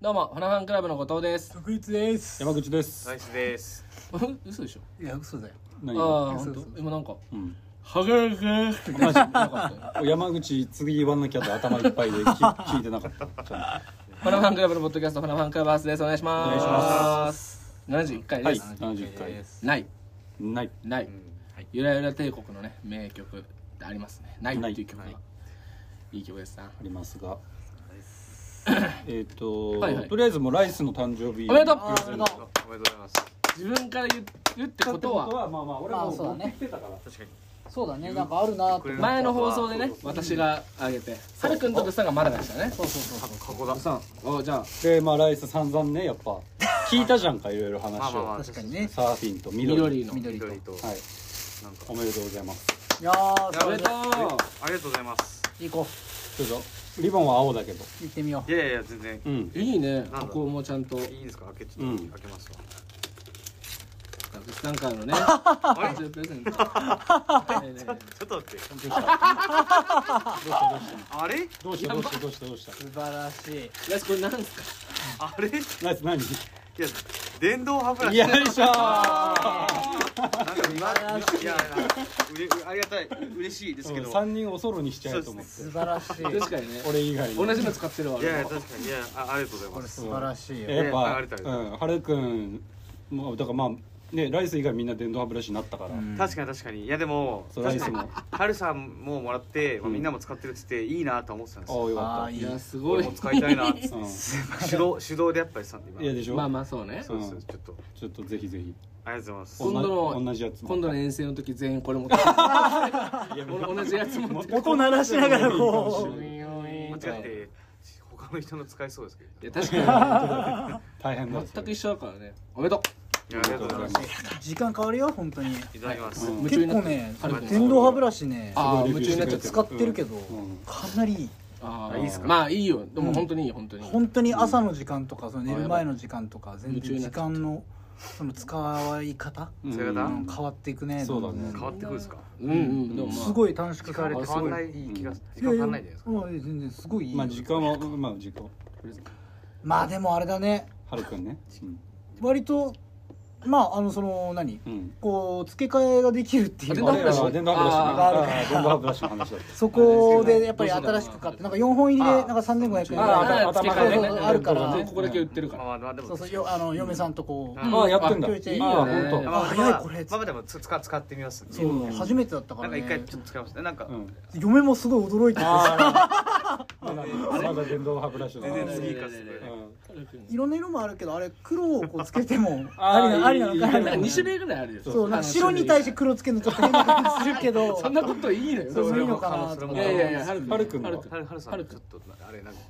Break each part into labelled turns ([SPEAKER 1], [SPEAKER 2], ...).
[SPEAKER 1] どうも、フナファンクラブの後藤です。
[SPEAKER 2] 特一です
[SPEAKER 3] 山口です。
[SPEAKER 4] ナイスです。。
[SPEAKER 1] 嘘でしょ
[SPEAKER 2] いや嘘だよ
[SPEAKER 3] 何が
[SPEAKER 1] ああ、
[SPEAKER 2] そ
[SPEAKER 1] 本
[SPEAKER 2] うそうそう
[SPEAKER 1] 当。今なんか、
[SPEAKER 3] うん
[SPEAKER 1] はげげってなかったよ
[SPEAKER 3] 山口次言わなきゃって頭いっぱいで聞聞いてなかった。ちゃん
[SPEAKER 1] フナファンクラブのポッドキャスト、フナファンクラブアースです。お願いします。
[SPEAKER 3] お願いし
[SPEAKER 1] ます。71回
[SPEAKER 3] とは
[SPEAKER 1] で
[SPEAKER 3] い、
[SPEAKER 1] す。
[SPEAKER 3] 七十回。
[SPEAKER 1] ない、
[SPEAKER 3] ない。
[SPEAKER 1] ないう
[SPEAKER 4] ん
[SPEAKER 1] ゆらゆら帝国のね、名曲ってありますね。ない
[SPEAKER 3] ない
[SPEAKER 1] っていう曲が
[SPEAKER 3] はい。
[SPEAKER 1] いい曲ですな。
[SPEAKER 3] ありますが。えっと、
[SPEAKER 1] はいはい
[SPEAKER 3] とりあえずもうライスの誕生日。
[SPEAKER 1] おめでとう
[SPEAKER 3] プレゼント
[SPEAKER 4] あおめでとうございます。
[SPEAKER 1] 自分から言うってことは、
[SPEAKER 3] まあまあ俺
[SPEAKER 5] まあ
[SPEAKER 3] も
[SPEAKER 5] そうだ
[SPEAKER 3] 持
[SPEAKER 5] ね
[SPEAKER 3] ってきてたから。
[SPEAKER 4] 確かに。
[SPEAKER 5] そうだねなんかあるなと思って
[SPEAKER 1] 前の放送でね、私があげて、はるくんとブッさんがまだでしたね。
[SPEAKER 5] そうそうそうそう
[SPEAKER 4] 過去だ。
[SPEAKER 1] ブッさん、おじゃあ、
[SPEAKER 3] でまあライス散々ねやっぱ聞いたじゃんかいろいろ話を。
[SPEAKER 4] まあまあまあ
[SPEAKER 5] 確かにね
[SPEAKER 3] サーフィンと緑。
[SPEAKER 1] 緑の。
[SPEAKER 5] 緑と
[SPEAKER 4] 緑
[SPEAKER 5] い
[SPEAKER 4] と。
[SPEAKER 3] はい。
[SPEAKER 4] なんか。
[SPEAKER 3] おめでとうございます。
[SPEAKER 5] やー
[SPEAKER 1] お
[SPEAKER 5] そ
[SPEAKER 1] め
[SPEAKER 5] れ
[SPEAKER 1] で
[SPEAKER 5] で
[SPEAKER 1] と
[SPEAKER 4] ありがとうございます。
[SPEAKER 5] 行こ
[SPEAKER 3] どうぞ。リボンは青だけど。
[SPEAKER 5] う行ってみよ
[SPEAKER 4] いやいやいや全然。
[SPEAKER 3] う
[SPEAKER 4] い
[SPEAKER 3] ん。
[SPEAKER 1] ういいね、
[SPEAKER 4] だ
[SPEAKER 1] 加工もちゃんと。
[SPEAKER 4] いんですか開けちょっと、
[SPEAKER 3] うん
[SPEAKER 4] 開けますわ。
[SPEAKER 1] ブッさんからのね、
[SPEAKER 4] あれちょ
[SPEAKER 1] プレゼント。ねえねえね
[SPEAKER 4] っと待って。
[SPEAKER 3] どうした
[SPEAKER 4] あれ
[SPEAKER 3] どうしたどうしたどうしたどうした
[SPEAKER 5] う素晴らしい
[SPEAKER 1] えラスこれなんすか
[SPEAKER 4] あれい
[SPEAKER 3] ライス何？
[SPEAKER 4] や電動歯ブラシ。
[SPEAKER 3] よいしょー。
[SPEAKER 4] なんか見まいやなんかうれうありがたい嬉しいですけど。
[SPEAKER 3] 3人おそろにしちゃえと思って
[SPEAKER 5] 素晴らしい
[SPEAKER 1] 確かにね。
[SPEAKER 3] 俺以外に
[SPEAKER 1] 同じの使ってるわ。
[SPEAKER 4] いやいや
[SPEAKER 1] 俺も
[SPEAKER 4] 確かにいやあありがとうござい
[SPEAKER 5] こ
[SPEAKER 4] ま
[SPEAKER 5] れ
[SPEAKER 4] す。
[SPEAKER 5] 素晴らしいよ
[SPEAKER 3] やっ
[SPEAKER 4] ねあ
[SPEAKER 3] ぱ、
[SPEAKER 4] れだよ
[SPEAKER 3] うん、はるくんもうだからまあねライス以外みんな電動歯ブラシになったから、
[SPEAKER 4] 確かに確かにいやでも
[SPEAKER 3] そうラ
[SPEAKER 4] 確
[SPEAKER 3] イス
[SPEAKER 4] かに
[SPEAKER 3] も
[SPEAKER 4] ハルさんももらって、まあ、
[SPEAKER 3] うん
[SPEAKER 4] みんなも使ってるっつっていいなと思ってたんです
[SPEAKER 3] ああ
[SPEAKER 4] よ。
[SPEAKER 3] よか
[SPEAKER 5] あー
[SPEAKER 3] っ、
[SPEAKER 5] い
[SPEAKER 1] いや、すご
[SPEAKER 4] 俺
[SPEAKER 1] い
[SPEAKER 4] も。使いたいなっつったて
[SPEAKER 3] うん、い
[SPEAKER 4] 手動手動でやっぱりさ今。
[SPEAKER 3] やでしょ、
[SPEAKER 1] まあまあそうね。
[SPEAKER 4] そうそうちょっと
[SPEAKER 3] ちょっとぜひぜひ
[SPEAKER 4] ありがとうございます。
[SPEAKER 1] 今度の
[SPEAKER 3] 同じやつも
[SPEAKER 1] 今度の遠征の時全員これ持ってる。俺同じやつ持ってる。
[SPEAKER 5] 音鳴らしながら
[SPEAKER 3] こう
[SPEAKER 4] 間違って他の人の使いそうですけど。
[SPEAKER 1] いや確か
[SPEAKER 3] 大変だ
[SPEAKER 1] に全く一緒だからね。おめでと
[SPEAKER 4] いやありがとうございます。
[SPEAKER 5] 時間変わるよ本当に
[SPEAKER 4] いただきます。
[SPEAKER 3] うん
[SPEAKER 1] う。夢中
[SPEAKER 5] 結
[SPEAKER 1] にな
[SPEAKER 5] 構
[SPEAKER 1] ってる
[SPEAKER 5] ね
[SPEAKER 1] はるくん
[SPEAKER 5] 電動歯ブラシね
[SPEAKER 1] ああ
[SPEAKER 3] すご
[SPEAKER 1] 夢
[SPEAKER 3] いレビュー
[SPEAKER 1] 中になっちゃっ
[SPEAKER 3] して
[SPEAKER 1] た
[SPEAKER 3] く
[SPEAKER 5] 使ってるけど
[SPEAKER 3] ん
[SPEAKER 5] かなりいい
[SPEAKER 1] あ
[SPEAKER 4] あいいっすか
[SPEAKER 1] まあいいよでも本当にいい本当に
[SPEAKER 5] 本当に朝の時間とかその寝る前の時間とか全然時間のその使い方
[SPEAKER 3] うん
[SPEAKER 4] それが
[SPEAKER 5] う
[SPEAKER 4] だ
[SPEAKER 5] ん変わっていくね
[SPEAKER 3] そうだね
[SPEAKER 4] 変わってくるんですか。
[SPEAKER 1] うんうんでも
[SPEAKER 5] す
[SPEAKER 1] ま
[SPEAKER 5] ごい短縮
[SPEAKER 4] 時
[SPEAKER 5] さ
[SPEAKER 4] 間
[SPEAKER 5] れ
[SPEAKER 4] 変
[SPEAKER 5] てすご
[SPEAKER 4] わん
[SPEAKER 5] い
[SPEAKER 4] ない気が時間変わんないじゃないですか。
[SPEAKER 5] ややまあ全然すごいいいよ
[SPEAKER 3] まあ時間はまあ時間
[SPEAKER 5] まあでもあれだね
[SPEAKER 3] はるくんね
[SPEAKER 5] 割とまああのその何
[SPEAKER 3] うん、うん
[SPEAKER 5] こう付け替えができるってい
[SPEAKER 1] あ
[SPEAKER 5] う
[SPEAKER 1] 電
[SPEAKER 3] 電
[SPEAKER 1] 動
[SPEAKER 3] 動
[SPEAKER 1] 歯
[SPEAKER 3] 歯
[SPEAKER 1] ブ
[SPEAKER 3] ブ
[SPEAKER 1] ラ
[SPEAKER 3] ラ
[SPEAKER 1] シ
[SPEAKER 3] シ電動歯ブラシの話だっ
[SPEAKER 5] そこ
[SPEAKER 1] あれですけど
[SPEAKER 5] でやっぱり新しく買ってなんか4本入りでなんか3500円
[SPEAKER 3] ああ
[SPEAKER 1] あ
[SPEAKER 3] 頭
[SPEAKER 1] 付け
[SPEAKER 3] が
[SPEAKER 1] 替え
[SPEAKER 5] そう
[SPEAKER 1] ね
[SPEAKER 5] そうあるから
[SPEAKER 1] ここだけ売ってるか
[SPEAKER 4] ま
[SPEAKER 1] ら
[SPEAKER 4] あまあまあでも。
[SPEAKER 5] そうそうよあの嫁さんとこ
[SPEAKER 4] うん
[SPEAKER 3] た、ああやってんだ
[SPEAKER 5] うん
[SPEAKER 3] いいわ
[SPEAKER 1] いいよね
[SPEAKER 3] ほん
[SPEAKER 4] ま
[SPEAKER 3] と
[SPEAKER 4] あまあ
[SPEAKER 5] 早いこれ
[SPEAKER 4] まあまあでもつ使使ってみます。
[SPEAKER 5] うそう初めてだったか
[SPEAKER 4] な
[SPEAKER 5] ら
[SPEAKER 4] んか一回
[SPEAKER 5] ね
[SPEAKER 4] ちょっと使いました。なんか
[SPEAKER 3] うん
[SPEAKER 5] 嫁もすごい驚いてて
[SPEAKER 3] まだまだ電動歯ブラシだ
[SPEAKER 4] 全然
[SPEAKER 3] う
[SPEAKER 4] 次かす。
[SPEAKER 3] ん
[SPEAKER 5] いろんな色もあるけどあれ黒をこうつけても
[SPEAKER 3] あ
[SPEAKER 5] あり
[SPEAKER 3] ー
[SPEAKER 5] なありなのか
[SPEAKER 3] いいいい
[SPEAKER 5] な
[SPEAKER 1] なんか2種類ぐらいあるよ
[SPEAKER 5] そうなんか白に対して黒つけるのちょっと変な感じするけ ど
[SPEAKER 1] そんなこといいのよ
[SPEAKER 5] そう
[SPEAKER 4] それ
[SPEAKER 5] いいの
[SPEAKER 4] も
[SPEAKER 5] かな
[SPEAKER 4] それ
[SPEAKER 5] と
[SPEAKER 4] も
[SPEAKER 5] か
[SPEAKER 1] いやいやいや、はる
[SPEAKER 3] はるくんの
[SPEAKER 1] は
[SPEAKER 4] ハルハルさ
[SPEAKER 1] は
[SPEAKER 4] ん
[SPEAKER 1] るく
[SPEAKER 4] ち
[SPEAKER 1] ん
[SPEAKER 4] ょっとあれなんか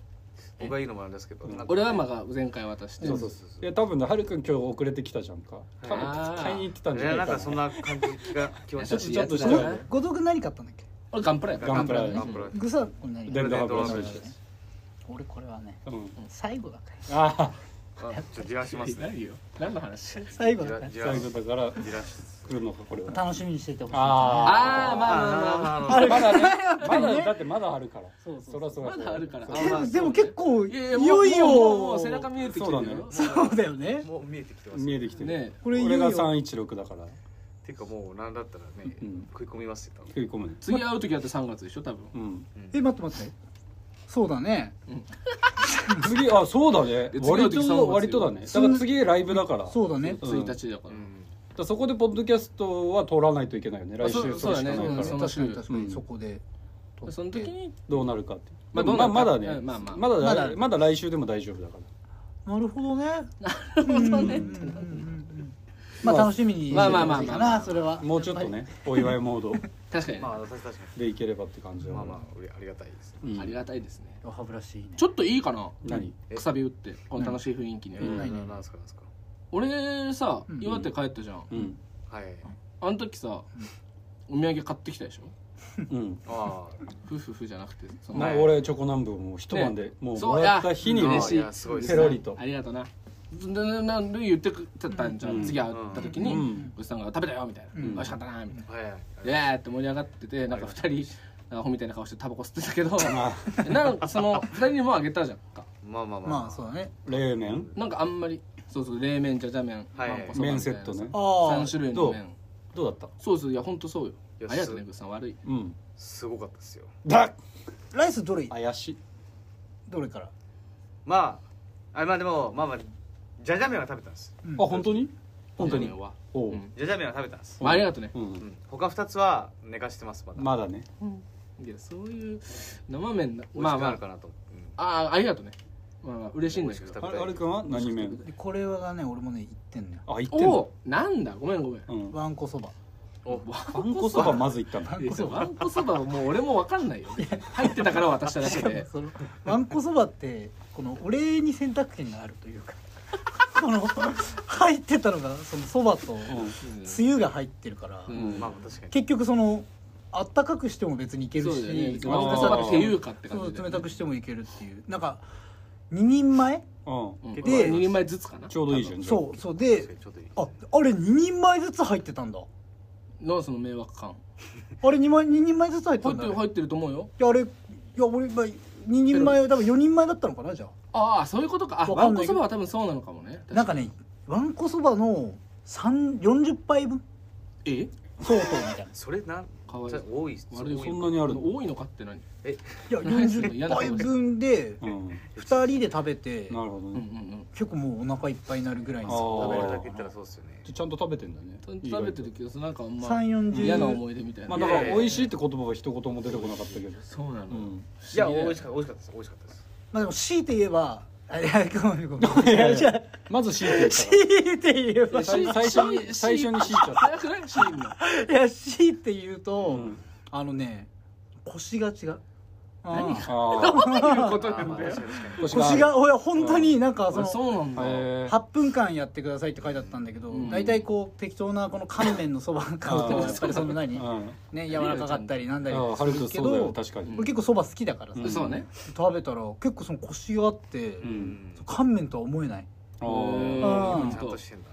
[SPEAKER 4] 僕が言うのもあれですけど。なんか
[SPEAKER 1] 俺はまあ前回渡して
[SPEAKER 4] そうそうそうそう
[SPEAKER 3] い。や多分ねはるくん今日遅れてきたじゃんか多
[SPEAKER 1] あ
[SPEAKER 3] 分
[SPEAKER 1] ー
[SPEAKER 3] 買いに行ってたん
[SPEAKER 4] い
[SPEAKER 3] じゃな
[SPEAKER 4] や
[SPEAKER 3] い
[SPEAKER 4] な
[SPEAKER 3] か
[SPEAKER 4] んかそんな感じがきました
[SPEAKER 1] 優
[SPEAKER 3] ち
[SPEAKER 1] し
[SPEAKER 3] ょっ
[SPEAKER 1] い
[SPEAKER 3] と
[SPEAKER 1] やつだ
[SPEAKER 3] ちょっ
[SPEAKER 1] な
[SPEAKER 3] と
[SPEAKER 5] 後藤君何買ったんだっけ
[SPEAKER 1] 俺ガンプラや
[SPEAKER 3] ガンプラ
[SPEAKER 4] ガンプラ。
[SPEAKER 5] グサこれ何
[SPEAKER 3] 電動歯ブラシ
[SPEAKER 4] 電動歯ブラ
[SPEAKER 5] シ
[SPEAKER 3] です
[SPEAKER 5] 俺これはね
[SPEAKER 3] うん
[SPEAKER 5] 最後だから
[SPEAKER 3] ああ
[SPEAKER 4] あちょっとじらしますね。
[SPEAKER 1] 何よ何の話
[SPEAKER 5] 最後
[SPEAKER 4] じ
[SPEAKER 5] だ
[SPEAKER 4] ら
[SPEAKER 5] から
[SPEAKER 4] じら
[SPEAKER 3] 最
[SPEAKER 4] し
[SPEAKER 3] 後だから
[SPEAKER 4] じらし。
[SPEAKER 3] 来るのかこれは
[SPEAKER 5] 楽しみにしててほしい
[SPEAKER 3] あ
[SPEAKER 1] ああまあまあまあまあ
[SPEAKER 4] あ
[SPEAKER 3] まだねまだだってまだあるから
[SPEAKER 5] そうそう
[SPEAKER 3] そらそら
[SPEAKER 1] まだあるから
[SPEAKER 3] そう
[SPEAKER 1] あまあ
[SPEAKER 5] でも結構い
[SPEAKER 1] いやいや
[SPEAKER 5] よいよ
[SPEAKER 1] もうもうもう背中見えてきてるよ
[SPEAKER 3] そうだね
[SPEAKER 5] そうだよね
[SPEAKER 4] もう見えてきてます。
[SPEAKER 3] 見えてきてる
[SPEAKER 1] ね
[SPEAKER 5] これいよい
[SPEAKER 3] 俺が
[SPEAKER 5] よ
[SPEAKER 3] 316だから
[SPEAKER 4] ていうかもうなんだったらね、
[SPEAKER 3] うん
[SPEAKER 4] 食い込みますよ。多分
[SPEAKER 3] 食い込むね
[SPEAKER 1] 次会う時だって3月でしょ多分
[SPEAKER 3] うん
[SPEAKER 5] え待って待ってそうだね
[SPEAKER 3] 次あそうだね
[SPEAKER 1] で次の
[SPEAKER 3] 割
[SPEAKER 1] 時三月よ
[SPEAKER 3] と割とだねだから次ライブだから
[SPEAKER 5] そうだね
[SPEAKER 3] うん
[SPEAKER 1] 1日だか
[SPEAKER 3] だからそこでポッドキャストは通らないといけないよね来
[SPEAKER 1] そ
[SPEAKER 3] 週
[SPEAKER 1] う
[SPEAKER 3] それしかない
[SPEAKER 1] そうだね
[SPEAKER 3] か
[SPEAKER 1] そ
[SPEAKER 3] ら
[SPEAKER 1] の
[SPEAKER 5] 確か
[SPEAKER 1] 週
[SPEAKER 5] に確か
[SPEAKER 3] うん
[SPEAKER 5] にそこで
[SPEAKER 1] らその時に
[SPEAKER 3] どうなるかって
[SPEAKER 1] まあ
[SPEAKER 3] でも
[SPEAKER 1] ど
[SPEAKER 3] ま
[SPEAKER 1] う
[SPEAKER 3] あ
[SPEAKER 1] な
[SPEAKER 3] ま
[SPEAKER 1] るか
[SPEAKER 3] だね
[SPEAKER 1] うんまあまあ
[SPEAKER 3] ま
[SPEAKER 5] ま
[SPEAKER 3] だ
[SPEAKER 5] だ
[SPEAKER 3] まだ来週でも大丈夫だから
[SPEAKER 5] なるほどね
[SPEAKER 1] なるほど
[SPEAKER 5] うんうんうんう
[SPEAKER 1] ね
[SPEAKER 5] んまあ楽しみに
[SPEAKER 1] まあまあまあまあ
[SPEAKER 5] しててほしいかなそれは
[SPEAKER 3] もうちょっとねお祝いモード
[SPEAKER 1] 確かにね
[SPEAKER 4] まあ私確か
[SPEAKER 3] でいければって感じ
[SPEAKER 4] に。
[SPEAKER 3] だ
[SPEAKER 4] ま
[SPEAKER 3] か
[SPEAKER 4] あ
[SPEAKER 3] ら
[SPEAKER 4] まあ俺ありがたいです。
[SPEAKER 3] うん
[SPEAKER 1] ありがたいですね
[SPEAKER 5] 歯ブラシいいね
[SPEAKER 1] ちょっといいかな
[SPEAKER 3] 何
[SPEAKER 4] え
[SPEAKER 1] くさび打ってこの楽しい雰囲気に
[SPEAKER 4] うん、
[SPEAKER 5] ん
[SPEAKER 4] な
[SPEAKER 5] ない
[SPEAKER 4] なんですかなんですか。
[SPEAKER 1] 俺さ
[SPEAKER 5] うん
[SPEAKER 1] 岩手帰ったじゃん
[SPEAKER 3] うん
[SPEAKER 4] はい。
[SPEAKER 1] あの時さお土産買ってきたでしょ
[SPEAKER 3] うん
[SPEAKER 4] あ
[SPEAKER 1] ふふふじゃなくてその
[SPEAKER 3] まあ
[SPEAKER 4] はい
[SPEAKER 3] 俺チョコ南部をもう一晩でもう
[SPEAKER 1] そう
[SPEAKER 3] もらった日に
[SPEAKER 1] いや
[SPEAKER 3] も
[SPEAKER 1] 嬉しい
[SPEAKER 4] いやすごいです
[SPEAKER 3] ペロリと
[SPEAKER 1] ありがとうなななな言ってくちゃったんじゃん、
[SPEAKER 3] うん
[SPEAKER 1] 次会った時に、
[SPEAKER 3] う
[SPEAKER 1] うんさんが「食べたよ」みたいな「
[SPEAKER 5] ん
[SPEAKER 1] 美味しかったな」みたい
[SPEAKER 4] あはい。
[SPEAKER 1] な「イエー!」って盛り上がっててなんか 二人アホみたいな顔してタバコ吸ってたけどなんかその二人にもあげたじゃんか
[SPEAKER 4] まあまあまあ、
[SPEAKER 5] まあそうだね
[SPEAKER 3] 冷麺
[SPEAKER 1] なんかあんまりそうそう冷麺じゃじゃ麺
[SPEAKER 4] はい
[SPEAKER 1] わんこそば
[SPEAKER 3] 麺
[SPEAKER 1] みた
[SPEAKER 3] セ
[SPEAKER 1] いな
[SPEAKER 3] ットね
[SPEAKER 5] あ
[SPEAKER 1] 三種類の
[SPEAKER 3] ど
[SPEAKER 1] 麺
[SPEAKER 3] どうだった
[SPEAKER 1] そうそういや本当そうよ
[SPEAKER 4] よし
[SPEAKER 1] ありがとうねグッさん悪い
[SPEAKER 3] うん
[SPEAKER 4] すごかったですよ
[SPEAKER 3] だ
[SPEAKER 5] ライスどれ
[SPEAKER 3] 怪しい
[SPEAKER 5] どれから
[SPEAKER 4] まああまあでもまあまあじゃじゃ麺は食べたんです
[SPEAKER 5] うん
[SPEAKER 3] あ本当に本当に
[SPEAKER 1] は
[SPEAKER 3] おう
[SPEAKER 1] うん
[SPEAKER 4] じゃじゃ麺は食べたんです、
[SPEAKER 1] まあありがとうね
[SPEAKER 3] う
[SPEAKER 4] うんん、他2つは寝かしてますまだ、
[SPEAKER 3] まだね
[SPEAKER 1] いやそういう生麺な
[SPEAKER 4] 美味
[SPEAKER 1] ま
[SPEAKER 4] し
[SPEAKER 1] あ
[SPEAKER 4] く
[SPEAKER 1] ま
[SPEAKER 4] なる
[SPEAKER 1] あ
[SPEAKER 4] かなと、うん
[SPEAKER 1] ああありがとうねまあまあ嬉しいんですけど
[SPEAKER 4] 美味しく食べ
[SPEAKER 3] あ
[SPEAKER 4] たい
[SPEAKER 3] れあれくんは何麺
[SPEAKER 5] でこれはね俺もね言ってんのよ
[SPEAKER 3] あ行ってん
[SPEAKER 1] お
[SPEAKER 3] の
[SPEAKER 1] おなんだごめんごめん
[SPEAKER 3] うん
[SPEAKER 5] わんこそば
[SPEAKER 1] お
[SPEAKER 3] あんこそばまず行ったの
[SPEAKER 5] わん
[SPEAKER 1] え
[SPEAKER 5] こ
[SPEAKER 1] そ
[SPEAKER 5] そうば
[SPEAKER 1] わんこそばはもう俺もわかんないよ入ってたから渡しただけで
[SPEAKER 5] そのわんこそばってこのお礼に選択権があるという かこの入ってたのがそのそばとつゆが入ってるから、
[SPEAKER 1] うん
[SPEAKER 4] まあ確かに
[SPEAKER 5] 結局そのあったかくしても別にいける
[SPEAKER 1] そう
[SPEAKER 5] し、
[SPEAKER 1] だよね
[SPEAKER 5] わん
[SPEAKER 1] わんこ
[SPEAKER 5] こそ
[SPEAKER 1] そ
[SPEAKER 5] ば
[SPEAKER 1] ば
[SPEAKER 5] っ
[SPEAKER 1] ってて
[SPEAKER 5] い
[SPEAKER 1] いううかって感
[SPEAKER 5] そう
[SPEAKER 1] じで
[SPEAKER 5] 冷たくしてもいけるっていうなんか2人前
[SPEAKER 3] うんうん
[SPEAKER 1] うん
[SPEAKER 4] で
[SPEAKER 1] まあ二人前ずつかな
[SPEAKER 3] ちょうどいいじゃんじゃあ
[SPEAKER 5] そうそうで
[SPEAKER 4] 確かにちょっといい
[SPEAKER 5] ああれ2人前ずつ入ってたんだ
[SPEAKER 1] のその迷惑感
[SPEAKER 5] あれ2枚二人前ずつ入ってた
[SPEAKER 1] 入
[SPEAKER 5] ん
[SPEAKER 1] って
[SPEAKER 5] だ、
[SPEAKER 1] る入ってると思うよ
[SPEAKER 5] いやあれいや俺まあ二人前多分4人前だったのかなじゃ
[SPEAKER 1] ああそういうことかあ
[SPEAKER 5] わか
[SPEAKER 1] わ
[SPEAKER 5] ん
[SPEAKER 1] ん
[SPEAKER 5] な
[SPEAKER 1] こ
[SPEAKER 5] いけ
[SPEAKER 1] そ
[SPEAKER 5] ど
[SPEAKER 1] ばは多分そうなのかもね
[SPEAKER 5] あなんかねわんこそばの3 40杯分
[SPEAKER 1] え
[SPEAKER 5] 相当みたいな
[SPEAKER 4] それなん
[SPEAKER 1] かわいい
[SPEAKER 4] それ多いっす
[SPEAKER 1] 悪い
[SPEAKER 4] 多
[SPEAKER 3] そ
[SPEAKER 4] い
[SPEAKER 3] んなにあるの
[SPEAKER 1] 多いのかって何
[SPEAKER 5] いや40杯分で
[SPEAKER 3] うんな
[SPEAKER 5] 2人で食べて
[SPEAKER 3] るほど
[SPEAKER 1] うんうんう
[SPEAKER 3] ね
[SPEAKER 1] ん
[SPEAKER 5] 結構もうお腹いっぱいになるぐらい
[SPEAKER 3] あ
[SPEAKER 5] の
[SPEAKER 4] 食
[SPEAKER 3] ー
[SPEAKER 4] べるだけ言ったらそうっすよね
[SPEAKER 3] ちゃんと食べてんだね
[SPEAKER 1] ちゃんと食べてるけどなんかあんま
[SPEAKER 5] 3 4 0
[SPEAKER 1] 嫌な思い出みたい
[SPEAKER 3] ま
[SPEAKER 1] な
[SPEAKER 3] あだから美味しいって言葉は一言も出てこなかったけど
[SPEAKER 1] そうなの
[SPEAKER 3] うん
[SPEAKER 4] いや美
[SPEAKER 1] 美
[SPEAKER 4] 味
[SPEAKER 1] 味
[SPEAKER 4] し
[SPEAKER 1] し
[SPEAKER 4] かった美味しかったです美味しかったです
[SPEAKER 5] まあでも強いて言えばあいやごめんごめんいやいや
[SPEAKER 3] まず C って言ったから
[SPEAKER 5] 強いて言えば
[SPEAKER 3] 最最初に最初に C っちゃった
[SPEAKER 1] 早くないシーンの
[SPEAKER 5] いや強いて言うと、
[SPEAKER 3] うん
[SPEAKER 5] あのね腰が違う
[SPEAKER 1] 何
[SPEAKER 5] うん
[SPEAKER 3] あ
[SPEAKER 1] こと
[SPEAKER 4] あーまあ確かに
[SPEAKER 3] あ
[SPEAKER 5] 腰がほら本当になんかそ
[SPEAKER 1] あ
[SPEAKER 5] の
[SPEAKER 1] そうなんだ
[SPEAKER 3] えー
[SPEAKER 5] 8分間やってくださいって書いてあったんだけど、
[SPEAKER 1] うん
[SPEAKER 5] 大体こう適当なこの乾麺のそば買うと
[SPEAKER 3] あー
[SPEAKER 5] やっぱりその何ね
[SPEAKER 3] うん
[SPEAKER 5] 柔らかかったりなんだり
[SPEAKER 3] ああ
[SPEAKER 5] す
[SPEAKER 3] ハル
[SPEAKER 5] る
[SPEAKER 3] ク
[SPEAKER 5] け
[SPEAKER 3] そうだよ
[SPEAKER 5] ど
[SPEAKER 3] 確かに
[SPEAKER 5] 俺結構そば好きだからさ、
[SPEAKER 3] うん
[SPEAKER 1] そうね
[SPEAKER 5] 食べたら結構その腰があって、
[SPEAKER 3] う
[SPEAKER 4] うんん
[SPEAKER 5] 乾麺とは思えない
[SPEAKER 3] ああ
[SPEAKER 1] うん
[SPEAKER 5] うん
[SPEAKER 4] ちゃんとしてんだ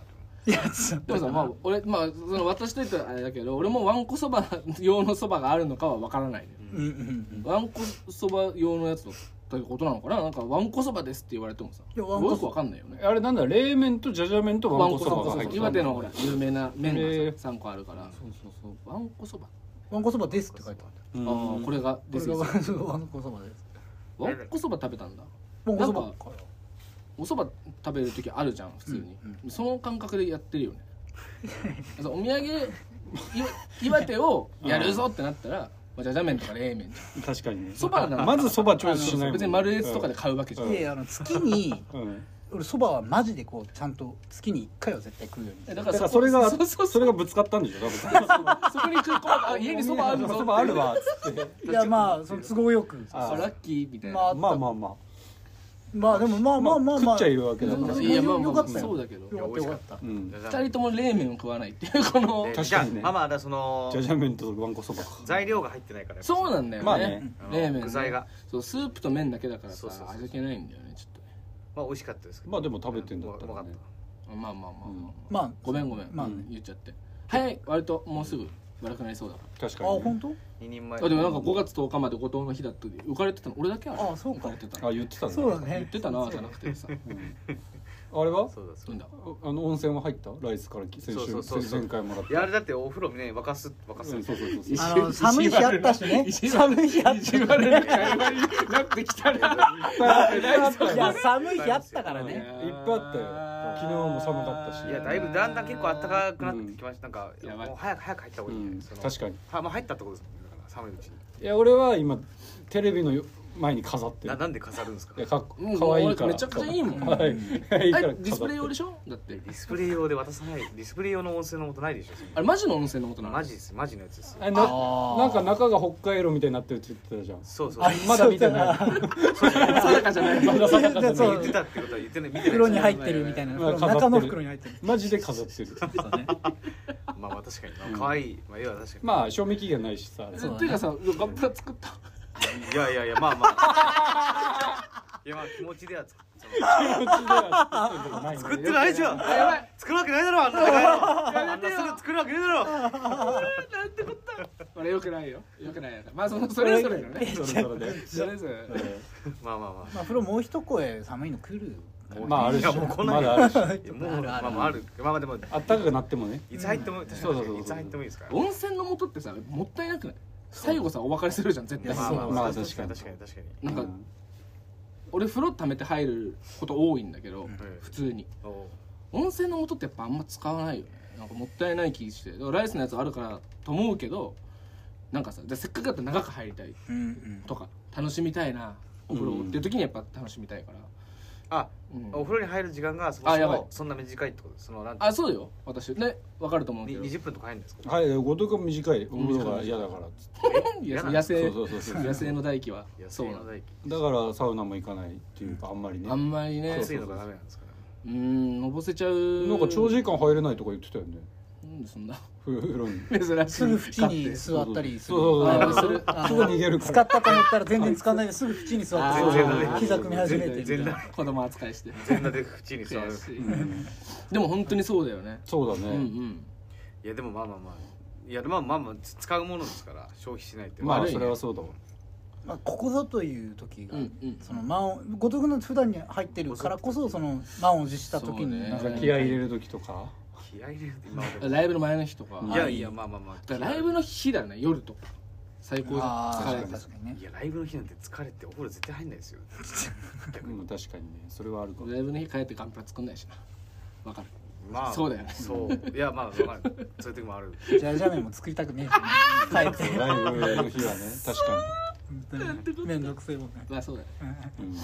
[SPEAKER 5] いやちょっ
[SPEAKER 1] でもさ、まあ、俺、まあ、その渡しといたらあれだけど、俺もわんこそば用のそばがあるのかは分からないね。
[SPEAKER 5] うんうんうん
[SPEAKER 1] わんこそば用のやつだったことなのかななんか、わんこそばですって言われてもさ、
[SPEAKER 5] いや
[SPEAKER 1] よ
[SPEAKER 5] わんこそば
[SPEAKER 1] く分かんないよね。
[SPEAKER 3] あれなんだ冷麺とじゃじゃ麺とわんこそばが入って
[SPEAKER 1] 岩手のほら有名な麺
[SPEAKER 3] へ
[SPEAKER 1] が
[SPEAKER 3] ー
[SPEAKER 1] さ3個あるから、そうそうそう、わんこそば。
[SPEAKER 5] わんこそばですって書いてあった
[SPEAKER 3] うん
[SPEAKER 1] ああ、これが、
[SPEAKER 5] こ
[SPEAKER 1] です
[SPEAKER 5] れが
[SPEAKER 1] よ。
[SPEAKER 5] わんこそばです
[SPEAKER 1] わんこそば食べたんだ。
[SPEAKER 5] わんこそばか
[SPEAKER 1] おそば食べる時あるじゃん普通に、
[SPEAKER 5] うん
[SPEAKER 1] その感覚でやってるよねそうお土産い岩手をやるぞってなったら、まあ、じゃじゃ麺とか冷麺じゃ
[SPEAKER 3] 確かにね
[SPEAKER 1] んそばなんか
[SPEAKER 3] まずそばチョイスしないもん
[SPEAKER 1] 別に丸越とかで買うわけじゃん、
[SPEAKER 5] らであの月に
[SPEAKER 3] うんうん
[SPEAKER 5] 俺そばはマジでこうちゃんと月に1回は絶対食うようにして
[SPEAKER 1] えだか
[SPEAKER 3] だ
[SPEAKER 1] ら
[SPEAKER 3] から
[SPEAKER 1] そ
[SPEAKER 3] それが
[SPEAKER 1] そうそう
[SPEAKER 3] それがぶつかったんでしょ多分
[SPEAKER 1] そこに食うこあ家にそばあるぞって
[SPEAKER 3] そばあるわっつって
[SPEAKER 5] いやまあその都合よく
[SPEAKER 3] あ
[SPEAKER 1] あラッキーみたいな、
[SPEAKER 5] まあ
[SPEAKER 3] まあまあま
[SPEAKER 5] まあでもまあ
[SPEAKER 3] あ
[SPEAKER 5] まあまあま
[SPEAKER 3] 食
[SPEAKER 5] あ
[SPEAKER 3] っちゃいるわけだから
[SPEAKER 5] まあ
[SPEAKER 1] いやまあ
[SPEAKER 5] よ
[SPEAKER 1] ま
[SPEAKER 5] か
[SPEAKER 1] あ
[SPEAKER 5] ったよ
[SPEAKER 1] そうだけど
[SPEAKER 5] よかったよかった
[SPEAKER 3] う
[SPEAKER 4] うん
[SPEAKER 3] ん
[SPEAKER 4] じゃじゃ
[SPEAKER 1] 2
[SPEAKER 4] 麺
[SPEAKER 1] 人とも冷麺を食わないっていうこの
[SPEAKER 4] で
[SPEAKER 3] 確
[SPEAKER 4] じゃ
[SPEAKER 3] か
[SPEAKER 4] あ
[SPEAKER 3] にね
[SPEAKER 4] まあまあだからその
[SPEAKER 3] じゃじゃ麺とわんこそば
[SPEAKER 4] 材料が入ってないからやっぱ
[SPEAKER 1] そうなんだよね,、
[SPEAKER 3] まあね
[SPEAKER 1] 冷麺ね
[SPEAKER 4] 具材が
[SPEAKER 1] そうスープと麺だけだからさ
[SPEAKER 4] そうそうそう
[SPEAKER 1] 味気ないんだよねちょっ
[SPEAKER 4] まあ美味しかったですけど
[SPEAKER 3] まあでも食べてんだったらね
[SPEAKER 4] うまかっ
[SPEAKER 1] とねまあまあまあまあ、まあ
[SPEAKER 5] まあ
[SPEAKER 1] ごめんごめん、
[SPEAKER 5] まあ
[SPEAKER 3] ね
[SPEAKER 1] 言っちゃって早い割ともうすぐ悪くなりそうだか
[SPEAKER 3] 確
[SPEAKER 5] あ
[SPEAKER 3] かにね
[SPEAKER 5] 本当
[SPEAKER 4] た2人前
[SPEAKER 1] らあでもなんか5月10日まで後藤の日だったで浮かれてたの俺だけあれ
[SPEAKER 5] あそうか
[SPEAKER 1] 浮れてた
[SPEAKER 3] あ
[SPEAKER 1] の
[SPEAKER 3] 言ってたね
[SPEAKER 5] そうだ
[SPEAKER 1] 言
[SPEAKER 5] ね
[SPEAKER 1] ってたなじゃなくてさ
[SPEAKER 3] あれは
[SPEAKER 4] そうだそ
[SPEAKER 1] な
[SPEAKER 4] うんだ
[SPEAKER 1] だ
[SPEAKER 3] あの温泉は入ったライスから先
[SPEAKER 4] そうそう
[SPEAKER 3] 週
[SPEAKER 4] そうそう
[SPEAKER 3] 前回もらっ
[SPEAKER 4] い
[SPEAKER 3] た
[SPEAKER 4] やあれだってお風呂ね沸かす沸かす
[SPEAKER 3] うんそうそうそう
[SPEAKER 5] あの寒い日あったし ね
[SPEAKER 1] 意地
[SPEAKER 5] 寒い日あっ
[SPEAKER 1] 意地悪な会話になってきたら
[SPEAKER 5] たいや寒い日あったから
[SPEAKER 3] いっ
[SPEAKER 5] ね
[SPEAKER 3] ぱいあったよ昨日も寒かったし
[SPEAKER 4] いやだいぶだんだん結構暖かくなってきました、なん
[SPEAKER 1] い
[SPEAKER 4] か
[SPEAKER 1] やまあ
[SPEAKER 4] もう早く早く入った方がいい、ね
[SPEAKER 3] うん
[SPEAKER 4] その
[SPEAKER 3] 確かに
[SPEAKER 4] はもう入ったってことですもんねだから寒いうちに
[SPEAKER 3] いや俺は今テレビの前に飾って
[SPEAKER 4] な
[SPEAKER 3] る
[SPEAKER 4] なんで飾るんですか
[SPEAKER 3] いや
[SPEAKER 4] デ
[SPEAKER 3] かっこ
[SPEAKER 1] うん
[SPEAKER 3] かわいいから
[SPEAKER 1] めちゃくちゃいいもん
[SPEAKER 3] はいいい
[SPEAKER 1] あ
[SPEAKER 3] から飾
[SPEAKER 1] れ
[SPEAKER 3] って
[SPEAKER 1] ディスプレイ用でしょだって
[SPEAKER 4] ィスプレイ用で渡さないディスプレイ用の温泉のことないでしょそん
[SPEAKER 1] あれマジの温泉のこと
[SPEAKER 4] な
[SPEAKER 1] なの
[SPEAKER 4] マジですマジのやつです
[SPEAKER 3] あな
[SPEAKER 5] あー
[SPEAKER 3] なんか中が北海道みたいになってるって言ってたじゃん
[SPEAKER 4] そうそう
[SPEAKER 5] あ
[SPEAKER 3] まだ見てない
[SPEAKER 5] そうだ
[SPEAKER 1] 定かじゃない
[SPEAKER 3] まだ定かじゃ
[SPEAKER 5] そ
[SPEAKER 3] な
[SPEAKER 4] 言
[SPEAKER 3] い
[SPEAKER 4] ってたってことは言ってない見てない
[SPEAKER 5] 袋に入ってるみたいな
[SPEAKER 3] まあ飾って
[SPEAKER 5] 中
[SPEAKER 3] る
[SPEAKER 5] の袋に入ってる
[SPEAKER 3] マジで飾ってる
[SPEAKER 5] そうだね
[SPEAKER 4] まあまあ確かにまあ可愛いまあ絵は確かに
[SPEAKER 3] まあ賞味期限ないしさあ
[SPEAKER 1] え
[SPEAKER 3] れ
[SPEAKER 1] っていうかさガンプラ作った
[SPEAKER 4] いやいやいやまあまあいやまあ気持ちでは作その
[SPEAKER 3] 作
[SPEAKER 4] 作ってないじゃん
[SPEAKER 1] あやばい
[SPEAKER 4] 作るわけないだろあんな高いのあ
[SPEAKER 1] やめ
[SPEAKER 4] んな
[SPEAKER 1] てよ
[SPEAKER 4] すぐ作るわけねえだろ
[SPEAKER 1] なんてこったこれよくないよよくないよまあそのそれぞれのね
[SPEAKER 3] それぞれ で
[SPEAKER 1] それぞれ
[SPEAKER 4] まあまあま
[SPEAKER 5] まあ風呂もう一声寒いの来るか
[SPEAKER 3] まああるし
[SPEAKER 4] いやもうこんな
[SPEAKER 3] ま
[SPEAKER 4] ん
[SPEAKER 3] だあるし
[SPEAKER 4] あいやもう
[SPEAKER 5] ある
[SPEAKER 4] ま
[SPEAKER 5] あ
[SPEAKER 4] あ
[SPEAKER 5] る
[SPEAKER 4] まああるまあまあでも
[SPEAKER 3] あったかくなってもね
[SPEAKER 4] いつ入っても確
[SPEAKER 3] そう
[SPEAKER 4] か
[SPEAKER 3] そうそうそう
[SPEAKER 4] にいつ入ってもいいですから
[SPEAKER 1] 温泉の元ってさもったいなくない最後さお別れするじゃん絶
[SPEAKER 5] いや
[SPEAKER 1] 対
[SPEAKER 5] まあまあ
[SPEAKER 3] まあ
[SPEAKER 4] そうそう
[SPEAKER 3] 確
[SPEAKER 4] 確かに確かに
[SPEAKER 1] なん
[SPEAKER 3] う
[SPEAKER 1] か俺風呂溜めて入ること多いんだけど
[SPEAKER 4] うん
[SPEAKER 1] 普通に
[SPEAKER 4] おう
[SPEAKER 1] 温泉の元ってやっぱあんま使わないよねなんかもったいない気してだからライスのやつあるからと思うけどなんかさじゃあせっかくだったら長く入りたい
[SPEAKER 5] らうんうん
[SPEAKER 1] とか楽しみたいなお風呂をっていう時にやっぱ楽しみたいから、
[SPEAKER 4] あ
[SPEAKER 1] うん
[SPEAKER 4] お風呂に入る時間がそ
[SPEAKER 1] あ
[SPEAKER 4] こそ
[SPEAKER 1] やばい
[SPEAKER 4] こそんな短いってことですそのなんて
[SPEAKER 1] あそうよ私ねわかると思うけ
[SPEAKER 4] に
[SPEAKER 1] ど
[SPEAKER 4] 20分とか入るんですか
[SPEAKER 3] はい後藤君短いお風呂が嫌だからっつって
[SPEAKER 1] いや
[SPEAKER 4] 嫌な
[SPEAKER 1] 野生
[SPEAKER 3] そうそうそう
[SPEAKER 1] 野生の大輝は
[SPEAKER 4] 野
[SPEAKER 1] そう
[SPEAKER 4] 生
[SPEAKER 1] な
[SPEAKER 4] の
[SPEAKER 1] の
[SPEAKER 4] 大輝
[SPEAKER 3] だからサウナも行かないっていうかあんまりね
[SPEAKER 1] あんまりね
[SPEAKER 4] 熱いのがダメなんですかね
[SPEAKER 1] うーんのぼせちゃう
[SPEAKER 3] なんか長時間入れないとか言ってたよね
[SPEAKER 1] なんでそんな
[SPEAKER 3] 風呂に
[SPEAKER 1] 珍しい
[SPEAKER 5] すぐ縁に
[SPEAKER 1] 勝
[SPEAKER 5] 座ったりする
[SPEAKER 3] そうそう
[SPEAKER 1] そうそう
[SPEAKER 5] あの
[SPEAKER 3] すぐ逃げるから
[SPEAKER 5] 使ったと思ったら全然使わないですぐ縁に座って
[SPEAKER 1] あー
[SPEAKER 5] そう
[SPEAKER 1] 全然
[SPEAKER 5] 膝組み始めてみたい
[SPEAKER 4] 全然
[SPEAKER 5] な
[SPEAKER 1] 手子供扱いして
[SPEAKER 4] 全裸で口に触る
[SPEAKER 1] 悔しい
[SPEAKER 3] うん
[SPEAKER 1] でも本当にそうだよね
[SPEAKER 3] そうだ
[SPEAKER 1] う
[SPEAKER 3] ね、
[SPEAKER 1] んうん
[SPEAKER 4] いやでもまあまあまあいやまあまあまあつ使うものですから消費しないって
[SPEAKER 3] ま
[SPEAKER 1] 悪
[SPEAKER 3] あ
[SPEAKER 1] いね
[SPEAKER 3] それはそうだわ
[SPEAKER 5] まあここぞという時が
[SPEAKER 1] うんうん
[SPEAKER 5] その満を後藤君の普段に入ってるからこそその満を持した時に
[SPEAKER 1] そう
[SPEAKER 3] な
[SPEAKER 1] ね
[SPEAKER 3] んか気合い入れる時とか
[SPEAKER 4] 気合い入れるって今まで
[SPEAKER 1] ライブの前の日とか
[SPEAKER 4] いやいやまあまあまあ
[SPEAKER 1] だからライブの日だね夜とか最高じゃん
[SPEAKER 5] あ
[SPEAKER 1] 疲れ
[SPEAKER 5] あ
[SPEAKER 1] て
[SPEAKER 5] 確かにね
[SPEAKER 4] いやライブの日なんて疲れてお風呂絶対入んないですよ逆
[SPEAKER 3] う
[SPEAKER 4] に
[SPEAKER 3] ん確かにねそれはあるかも
[SPEAKER 1] ライブの日帰ってガンプラ作んないしなわかる
[SPEAKER 4] まあ
[SPEAKER 1] そうだよね
[SPEAKER 4] そういやまあ分かるそういう時もある
[SPEAKER 5] じゃじゃ麺も作りたくねえしね帰って
[SPEAKER 3] ライブの日はね確か
[SPEAKER 5] 本当に面倒くせえもんね
[SPEAKER 1] まあそうだね
[SPEAKER 3] に、うん、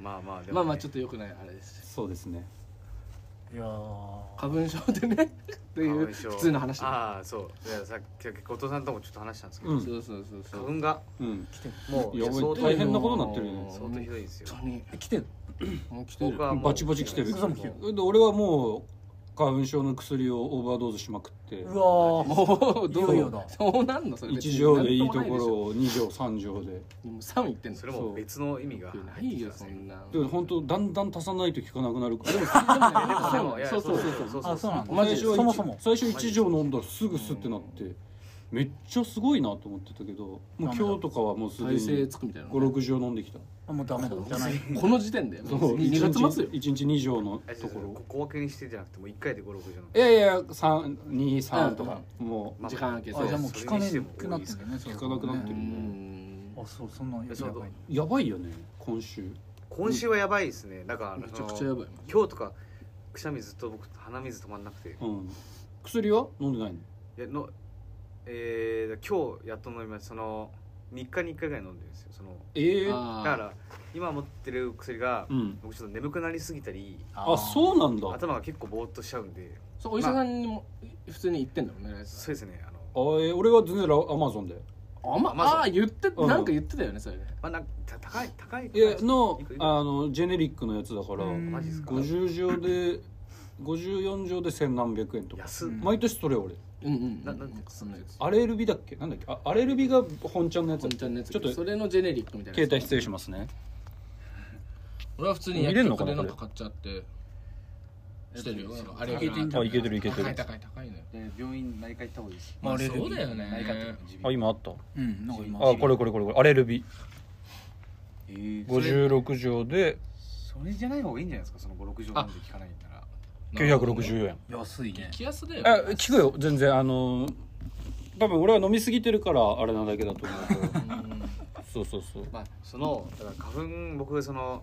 [SPEAKER 4] まあまあでも、
[SPEAKER 1] まあまあちょ
[SPEAKER 4] っ
[SPEAKER 1] っとよくないあれです
[SPEAKER 3] そうですね
[SPEAKER 5] いやー
[SPEAKER 1] 花粉症でねっていう普通の話だ
[SPEAKER 4] ああそういやさっき後藤さんともちょっと話したんですけど、
[SPEAKER 3] うん
[SPEAKER 1] そうそうそうそう
[SPEAKER 4] 花粉が
[SPEAKER 3] うん
[SPEAKER 5] 来てる
[SPEAKER 4] もう
[SPEAKER 3] いや
[SPEAKER 4] 相当
[SPEAKER 3] 大変なことになってるよね
[SPEAKER 4] 相当ひどいですよ
[SPEAKER 1] 本当に
[SPEAKER 5] え来てる
[SPEAKER 1] もう来てる
[SPEAKER 4] 僕はもう
[SPEAKER 3] バチバチ来てる
[SPEAKER 5] 嘘も来てる
[SPEAKER 3] で俺はもう花粉症の薬をオーバードーズしまくって
[SPEAKER 5] うわー
[SPEAKER 1] もうどう
[SPEAKER 5] いよいよだ
[SPEAKER 1] そうなんのそれ
[SPEAKER 3] 1錠でいいところ
[SPEAKER 1] を
[SPEAKER 3] を2錠3錠で
[SPEAKER 1] もう3行ってんの
[SPEAKER 4] それも別の意味が
[SPEAKER 1] ないよそんな
[SPEAKER 3] でも本当だんだん足さないと効かなくなるからでも
[SPEAKER 1] でもそうそうそうそう
[SPEAKER 4] う
[SPEAKER 5] あそうなんだ
[SPEAKER 1] マジで
[SPEAKER 3] 最初は
[SPEAKER 5] そも
[SPEAKER 3] 一
[SPEAKER 5] そも
[SPEAKER 3] 最初1錠飲んだらすぐスってなってめっちゃすごいなと思ってたけどもう今日とかはもうすで
[SPEAKER 1] 体勢
[SPEAKER 3] に
[SPEAKER 1] つくみたいなの
[SPEAKER 3] 56錠飲んできた
[SPEAKER 5] あもうダメだじゃない
[SPEAKER 1] この時点で
[SPEAKER 3] そう
[SPEAKER 1] 2月末よ
[SPEAKER 3] 1日2錠の
[SPEAKER 4] あ違う
[SPEAKER 3] とこ
[SPEAKER 4] 違う
[SPEAKER 3] ろ
[SPEAKER 4] 小分けにしてじゃなくてもう1回で56じゃなく
[SPEAKER 3] い
[SPEAKER 4] て
[SPEAKER 3] やいや323とかも
[SPEAKER 4] まあ
[SPEAKER 1] 時間空けて
[SPEAKER 5] あじゃあもう
[SPEAKER 4] それ
[SPEAKER 5] 聞
[SPEAKER 4] に
[SPEAKER 5] かね
[SPEAKER 4] しても
[SPEAKER 5] えくなってんだよねそれ
[SPEAKER 3] 聞かなくなって
[SPEAKER 1] う
[SPEAKER 3] る
[SPEAKER 1] ん
[SPEAKER 5] あそうそんなんや
[SPEAKER 4] そう
[SPEAKER 5] ばいね
[SPEAKER 3] うやばいよね今週
[SPEAKER 4] 今週はやばいですねだからあの
[SPEAKER 1] めちゃくちゃやばい
[SPEAKER 4] 今日とかくしゃみずっと僕鼻水止まんなくて
[SPEAKER 3] うん薬は飲んでないの
[SPEAKER 4] いやのえー、今日やっと飲みますその3日に1回ぐらい飲んでるんですよその
[SPEAKER 3] ええ
[SPEAKER 4] だ
[SPEAKER 1] あー
[SPEAKER 4] から今持ってる薬が、
[SPEAKER 3] うん
[SPEAKER 4] 僕ちょっと眠くなりすぎたり
[SPEAKER 3] あそうなんだ
[SPEAKER 4] 頭が結構ぼーっとしちゃうんで
[SPEAKER 1] そうお医者さんにも普通に行ってんだもんねライス
[SPEAKER 4] そうですねあの
[SPEAKER 3] あえー俺は全然ラアマゾンで
[SPEAKER 1] あま
[SPEAKER 4] まず
[SPEAKER 1] あー言って
[SPEAKER 3] うん
[SPEAKER 1] なんか言ってたよねそれね
[SPEAKER 4] まあなんかた高い高い
[SPEAKER 3] いやの
[SPEAKER 4] いくいく
[SPEAKER 3] あのジェネリックのやつだから
[SPEAKER 5] うん
[SPEAKER 4] マジですか
[SPEAKER 3] 50錠で54錠で千何百円とか
[SPEAKER 4] 安っ
[SPEAKER 5] うん
[SPEAKER 3] 毎年それ俺
[SPEAKER 1] うんうん
[SPEAKER 4] ななんて
[SPEAKER 1] そんなやつ
[SPEAKER 3] アレルビだっけなんだっけあアレルビが本ちゃんのやつ
[SPEAKER 1] 本ちゃんのやつ
[SPEAKER 3] ちょっと
[SPEAKER 1] そ
[SPEAKER 3] 携
[SPEAKER 1] れのジェネリックみたいなやつ
[SPEAKER 3] 帯失礼しますね
[SPEAKER 1] 俺は普通に
[SPEAKER 3] 見れ
[SPEAKER 1] 薬
[SPEAKER 3] んの
[SPEAKER 1] 局
[SPEAKER 3] かな
[SPEAKER 1] でなんか買っちゃってしてるよなんかあれ
[SPEAKER 2] いけてんじゃん
[SPEAKER 1] あ
[SPEAKER 2] あいけてるいけてる
[SPEAKER 1] 高い高い高いのよ
[SPEAKER 2] で病院内科行った方がいいです
[SPEAKER 1] まあそうだよ
[SPEAKER 2] 内科っていう
[SPEAKER 1] ね
[SPEAKER 2] か耳鼻鼻科科ああ今今あった
[SPEAKER 5] うんなんか今
[SPEAKER 2] あこれこれこれこれアレルビ
[SPEAKER 4] えーそれ
[SPEAKER 2] 56錠で
[SPEAKER 4] それじゃない方がいいんじゃないですかその56錠飲んで聞かないんなら
[SPEAKER 2] 964円
[SPEAKER 5] 安いね
[SPEAKER 1] 気安だよね
[SPEAKER 3] あ聞くよ全然あのー多分俺は飲みすぎてるからあれなだけだと思うけどそうそうそう
[SPEAKER 4] まあそのだから花粉僕その